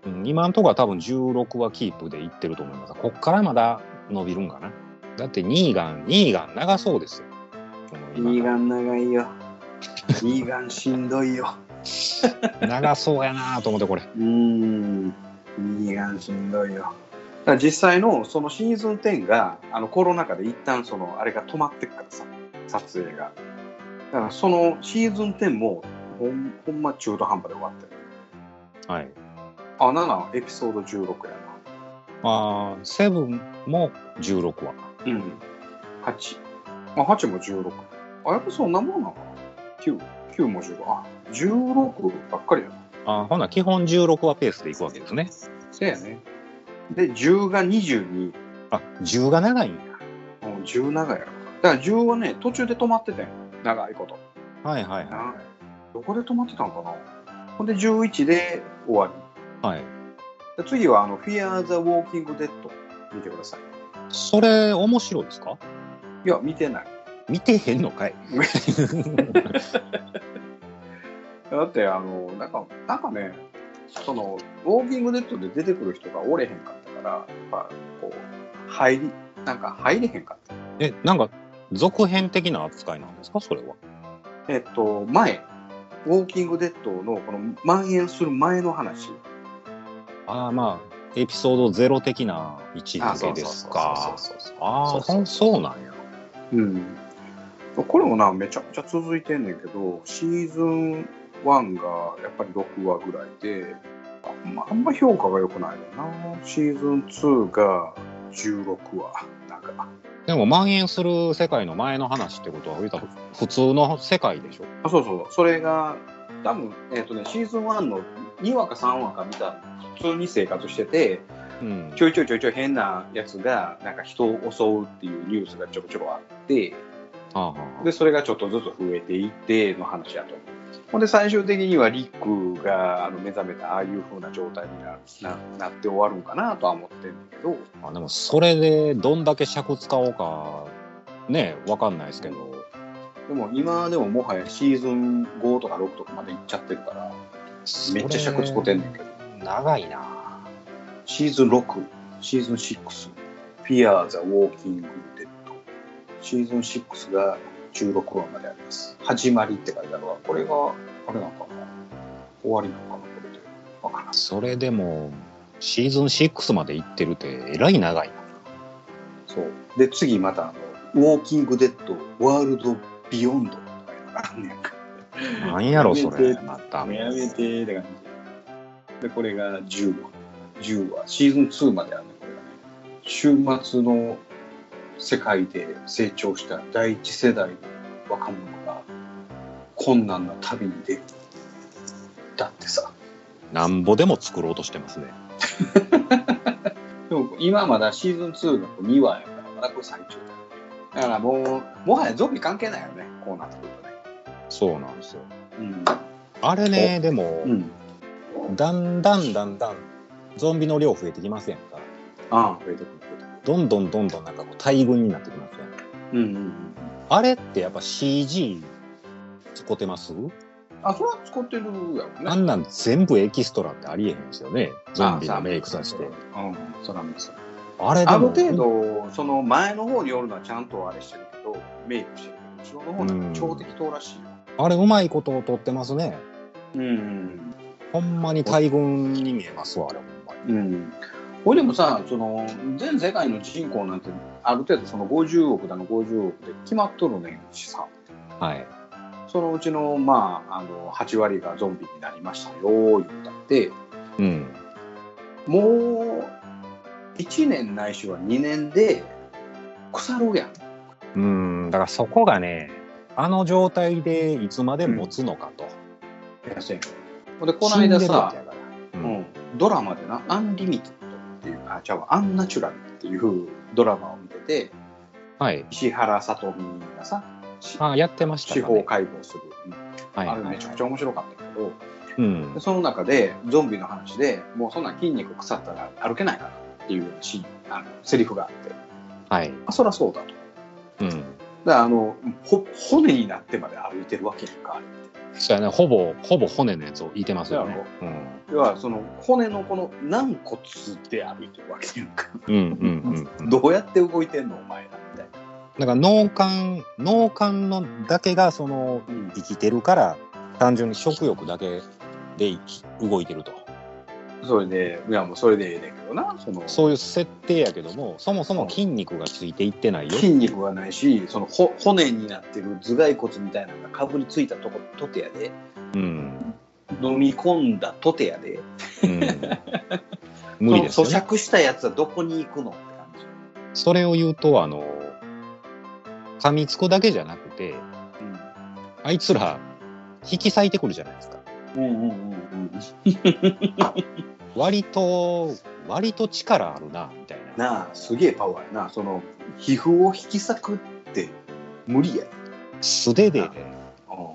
B: うん今んとこは多分16話キープでいってると思いますこっからまだ伸びるんかなだってニーガンニーガン長そうですよこの今
A: ニーガン長いよ。ニーガンしんどいよ。
B: 長そうやなと思ってこれ
A: うーん。ニーガンしんどいよ。だから実際の、そのシーズン10が、あの、コロナ禍で一旦その、あれが止まってっからさ、撮影が。だから、そのシーズン10も、ほんほんま中途半端で終わってる。
B: はい
A: あ、なな、エピソード16やな。
B: あーセブンも16話
A: うん。8。あ、8も16。あ、やっぱそんなもんなのかな ?9。9も16。あ、16ばっかりやな。
B: あーほな基本16話ペースでいくわけですね
A: せやね。で、10が22。
B: あ10が長いんや
A: うん、17やろ。だから10はね、途中で止まってたんよ長いこと。
B: はいはいは
A: どこで止まってたのかなほんで11で終わ
B: い。はい。
A: りで次はあの「フィアー・ザ・ウォーキング・デッド」見てください
B: それ、面白いですか
A: いや見てない
B: 見てへんのかい。
A: だってあのなんかなんかねそのウォーキングデッドで出てくる人がおれへんかったからやっぱこう入りなんか入れへんかった
B: え、なんか、続編的な扱いなんですかそれは。
A: えっと前ウォーキングデッドのこの蔓延する前の話
B: ああ、まあ、エピソードゼロ的な位置づけですか。
A: そうそうそうそうそう
B: ああ、そんそうなんや。
A: うん、これもなめちゃくちゃ続いてんねんけどシーズン1がやっぱり6話ぐらいであんまあんま評価が良くないねんなシーズン2が16話なんか
B: でも、蔓延する世界の前の話ってことは、言うたら普通の世界でしょ。
A: あそうそうそれが多分えっ、とねシーズン1の2話か3話か見た普通に生活してて
B: うん。
A: ちょいちょいちょいちょい変なやつがなんか人を襲うっていうニュースがちょこちょこあって
B: ああああ
A: でそれがちょっとずつ増えていっての話だと思うほんで最終的にはリックがあの目覚めたああいう風な状態になななって終わるんかなとは思ってるんだけど
B: まあでもそれでどんだけ尺使おうかねわかんないですけど、
A: でも今でももはやシーズン5とか6とかまで行っちゃってるからめっちゃ尺使ってんねんけど
B: 長いな
A: シーズン6シーズン6「フィアー・ザ・ウォーキング・デッド」シーズン6が16話まであります「始まり」って書いてあるわこれがあれなのかな終わりなのかなこれでわからん
B: それでもシーズン6まで行ってるってえらい長いな
A: そう。で、次また、あの、ウォーキングデッド、ワールドビヨンドとかいうのがあんねんか。
B: なんやろそ
A: やめ
B: れ
A: て
B: また
A: やめてーって感じ。で、これが10話。10話。シーズン2まであるね、これがね。週末の世界で成長した第一世代の若者が困難な旅に出る。だってさ。
B: なんぼでも作ろうとしてますね
A: でも今まだシーズン2が2話やから、まだこれ最中だ。だからもう、もはやゾンビ関係ないよね、こうなってくるとね。
B: そうなんですよ
A: うん。
B: あれねでも、
A: うん。
B: だんだんだんだんゾンビの量増えてきませんか
A: ああ、増えてくる、増えて
B: どんどんどんどんなんかこう大群になってきますよね
A: くる。うんうんうん。
B: あれってやっぱ CG 使ってます
A: あ、それは使ってるやろ
B: あ
A: ね。
B: んなん全部エキストラってありえへんですよね。ゾンビのメイクさせて
A: う。ん、そらそら
B: あれでも
A: ある程度、その前の方によるのはちゃんとあれしてるけど、メイクしてるけど、後ろの方なんか超適当らしいよ。
B: あれうまいことを撮ってますね。
A: うん。
B: ほんまに大群に見えますわ、あれほんまに。
A: うん。これでもさ、その、全世界の人口なんて、ある程度その50億だの50億で決まっとるねんしさ。
B: はい。
A: そのうちの、まあ、あの、8割がゾンビになりましたよ、言うたって、
B: うん。
A: もう1年ないしは2年で腐るやん。
B: うん、だからそこがね、あの状態でいつまで持つのかと。
A: ほんでこの間
B: 死んでるわ
A: さ
B: け、やから
A: う
B: うん
A: ん、ドラマでな「アンリミテッド」っていうあじゃあアンナチュラル」っていうドラマを見てて
B: はい。
A: 石原さとみがさし
B: あやってました
A: 司
B: ね。
A: 法解剖する、うん
B: はい
A: あ
B: はい
A: れ
B: は
A: め
B: い
A: ちゃくちゃ面白かったけど
B: うん
A: で。その中でゾンビの話でもうそんな筋肉腐ったら歩けないからっていうようなシーンあのセリフがあって
B: はい。
A: あそりゃそうだと。
B: うん。
A: だからあのほ骨になってまで歩いてるわけやんかあれ
B: そうやね、ほぼ、ほぼ骨のやつをいてますよね。
A: 要はその骨のこの軟骨で歩いてるわけやんか
B: うん。うんうんうん。
A: どうやって動いてんのお前らみたいな、
B: だから脳幹、脳幹のだけがその生きてるから単純に食欲だけで生き動いてると
A: それでいやもうそれでええねんけどなその
B: そういう設定やけどもそもそも筋肉がついていってないよ
A: 筋肉がないしそのほ骨になってる頭蓋骨みたいなのがかぶりついたとことてやで
B: うん、
A: 飲み込んだとてやで
B: うん、無理です
A: そ
B: よ
A: の
B: ね
A: 咀嚼したやつはどこに行くのって感じ、
B: それを言うとあの噛みつくだけじゃなくてあいつら引き裂いてくるじゃないですか
A: うん、うんうんうんうん
B: 割と割と力あるなみたいな
A: なあすげえパワーやなその皮膚を引き裂くって無理やで、
B: 素手で
A: うん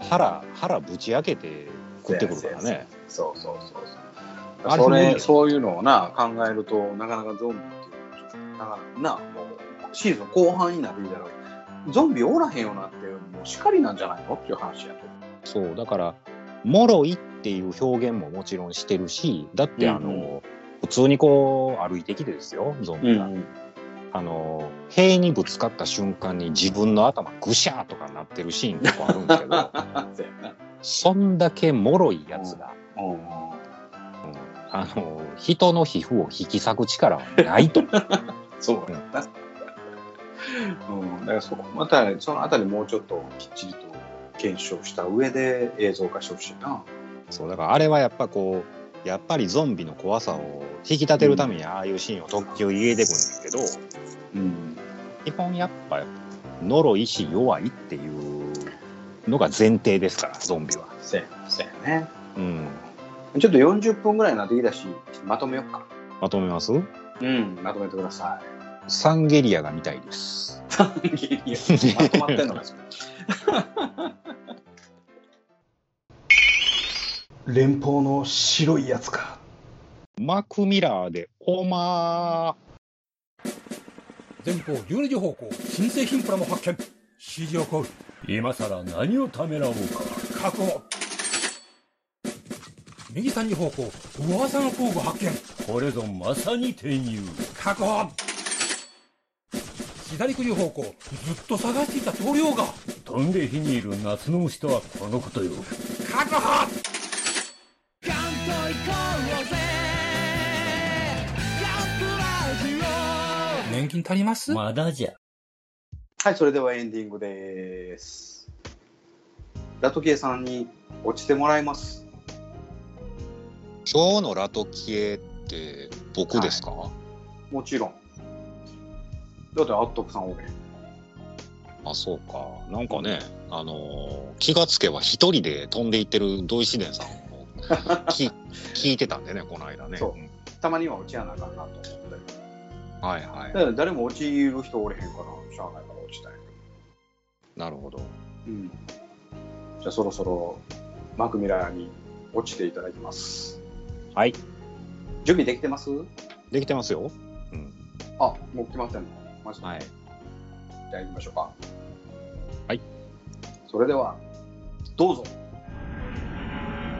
B: 腹腹ぶち開けて食ってくるからね
A: そうそうそうそう
B: あれ
A: それ
B: ね
A: そういうのをな考えるとなかなかゾンビっていうのはちょっとなかなかなもうシーズン後半になるだろうゾンビおらへんよなってもうしかりなんじゃないのっていう話やと
B: そうだから「もろい」っていう表現ももちろんしてるしだってあの、
A: うん
B: 普通にこう歩いてきてですよゾンビが、あの塀にぶつかった瞬間に自分の頭ぐしゃーとかなってるシーンとかあるんです
A: そ
B: けど
A: うやな
B: そんだけもろいやつが、
A: [LAUGHS] うん
B: あの人の皮膚を引き裂く力はないと
A: そうやなうんだからそこまたそのあたりもうちょっときっちりと検証した上で映像化してほしいな
B: そうだからあれはやっぱこうやっぱりゾンビの怖さを引き立てるためにああいうシーンを特急入れてくんですけど、
A: うん
B: 基本やっぱ呪いし弱いっていうのが前提ですからゾンビは。
A: せやせやね
B: うん、
A: ちょっと40分ぐらいになってきたしまとめよっか
B: まとめます
A: うんまとめてください
B: サンゲリアが見たいです。
A: まとまってんのかそれ
G: 連邦の白いやつか
B: マクミラーでオマー
H: 前方12時方向新製品プラも発見指示を行う
I: 今さら何をためらおうか
H: 確保右3時方向噂の工具発見
I: これぞまさに転入
H: 確保左9時方向ずっと探していた棟梁が
I: 飛んで火にいる夏の虫とはこのことよ
H: 確保年金足ります
I: まだじゃ
A: はいそれではエンディングですラトキエさんに落ちてもらいます
B: 今日のラトキエって僕ですか、
A: もちろんだってアットクさんおれへん
B: あそうかなんかね、あのー気がつけば一人で飛んでいってる土井紫伝さんを [LAUGHS] き聞いてたんでねこの間ね。
A: そうんたまには落ちやなあかんなと思って
B: はいはい
A: だから誰も落ちる人おれへんからしゃあないから落ちたい
B: なるほど。
A: うんじゃあそろそろマクミラーに落ちていただきます
B: はい
A: 準備できてます
B: できてますよ。うん、
A: あもう決まってんのマジで、
B: はい
A: じゃあ行きましょうか
B: はい
A: それではどうぞ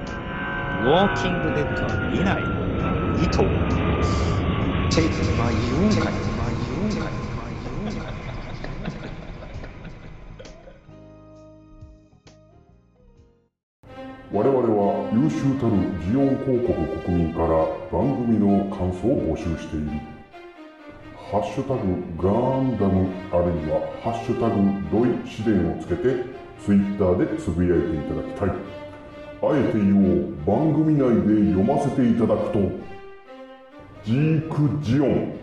B: ウォーキングデッドは見ない意図チェイスマイユンカイ
E: 我々は優秀たるジオン広告国民から番組の感想を募集している「ハッシュタグガンダム」あるいは「ハッシュタグドイ試練」をつけてツイッターでつぶやいていただきたいあえて言おう番組内で読ませていただくとジークジオン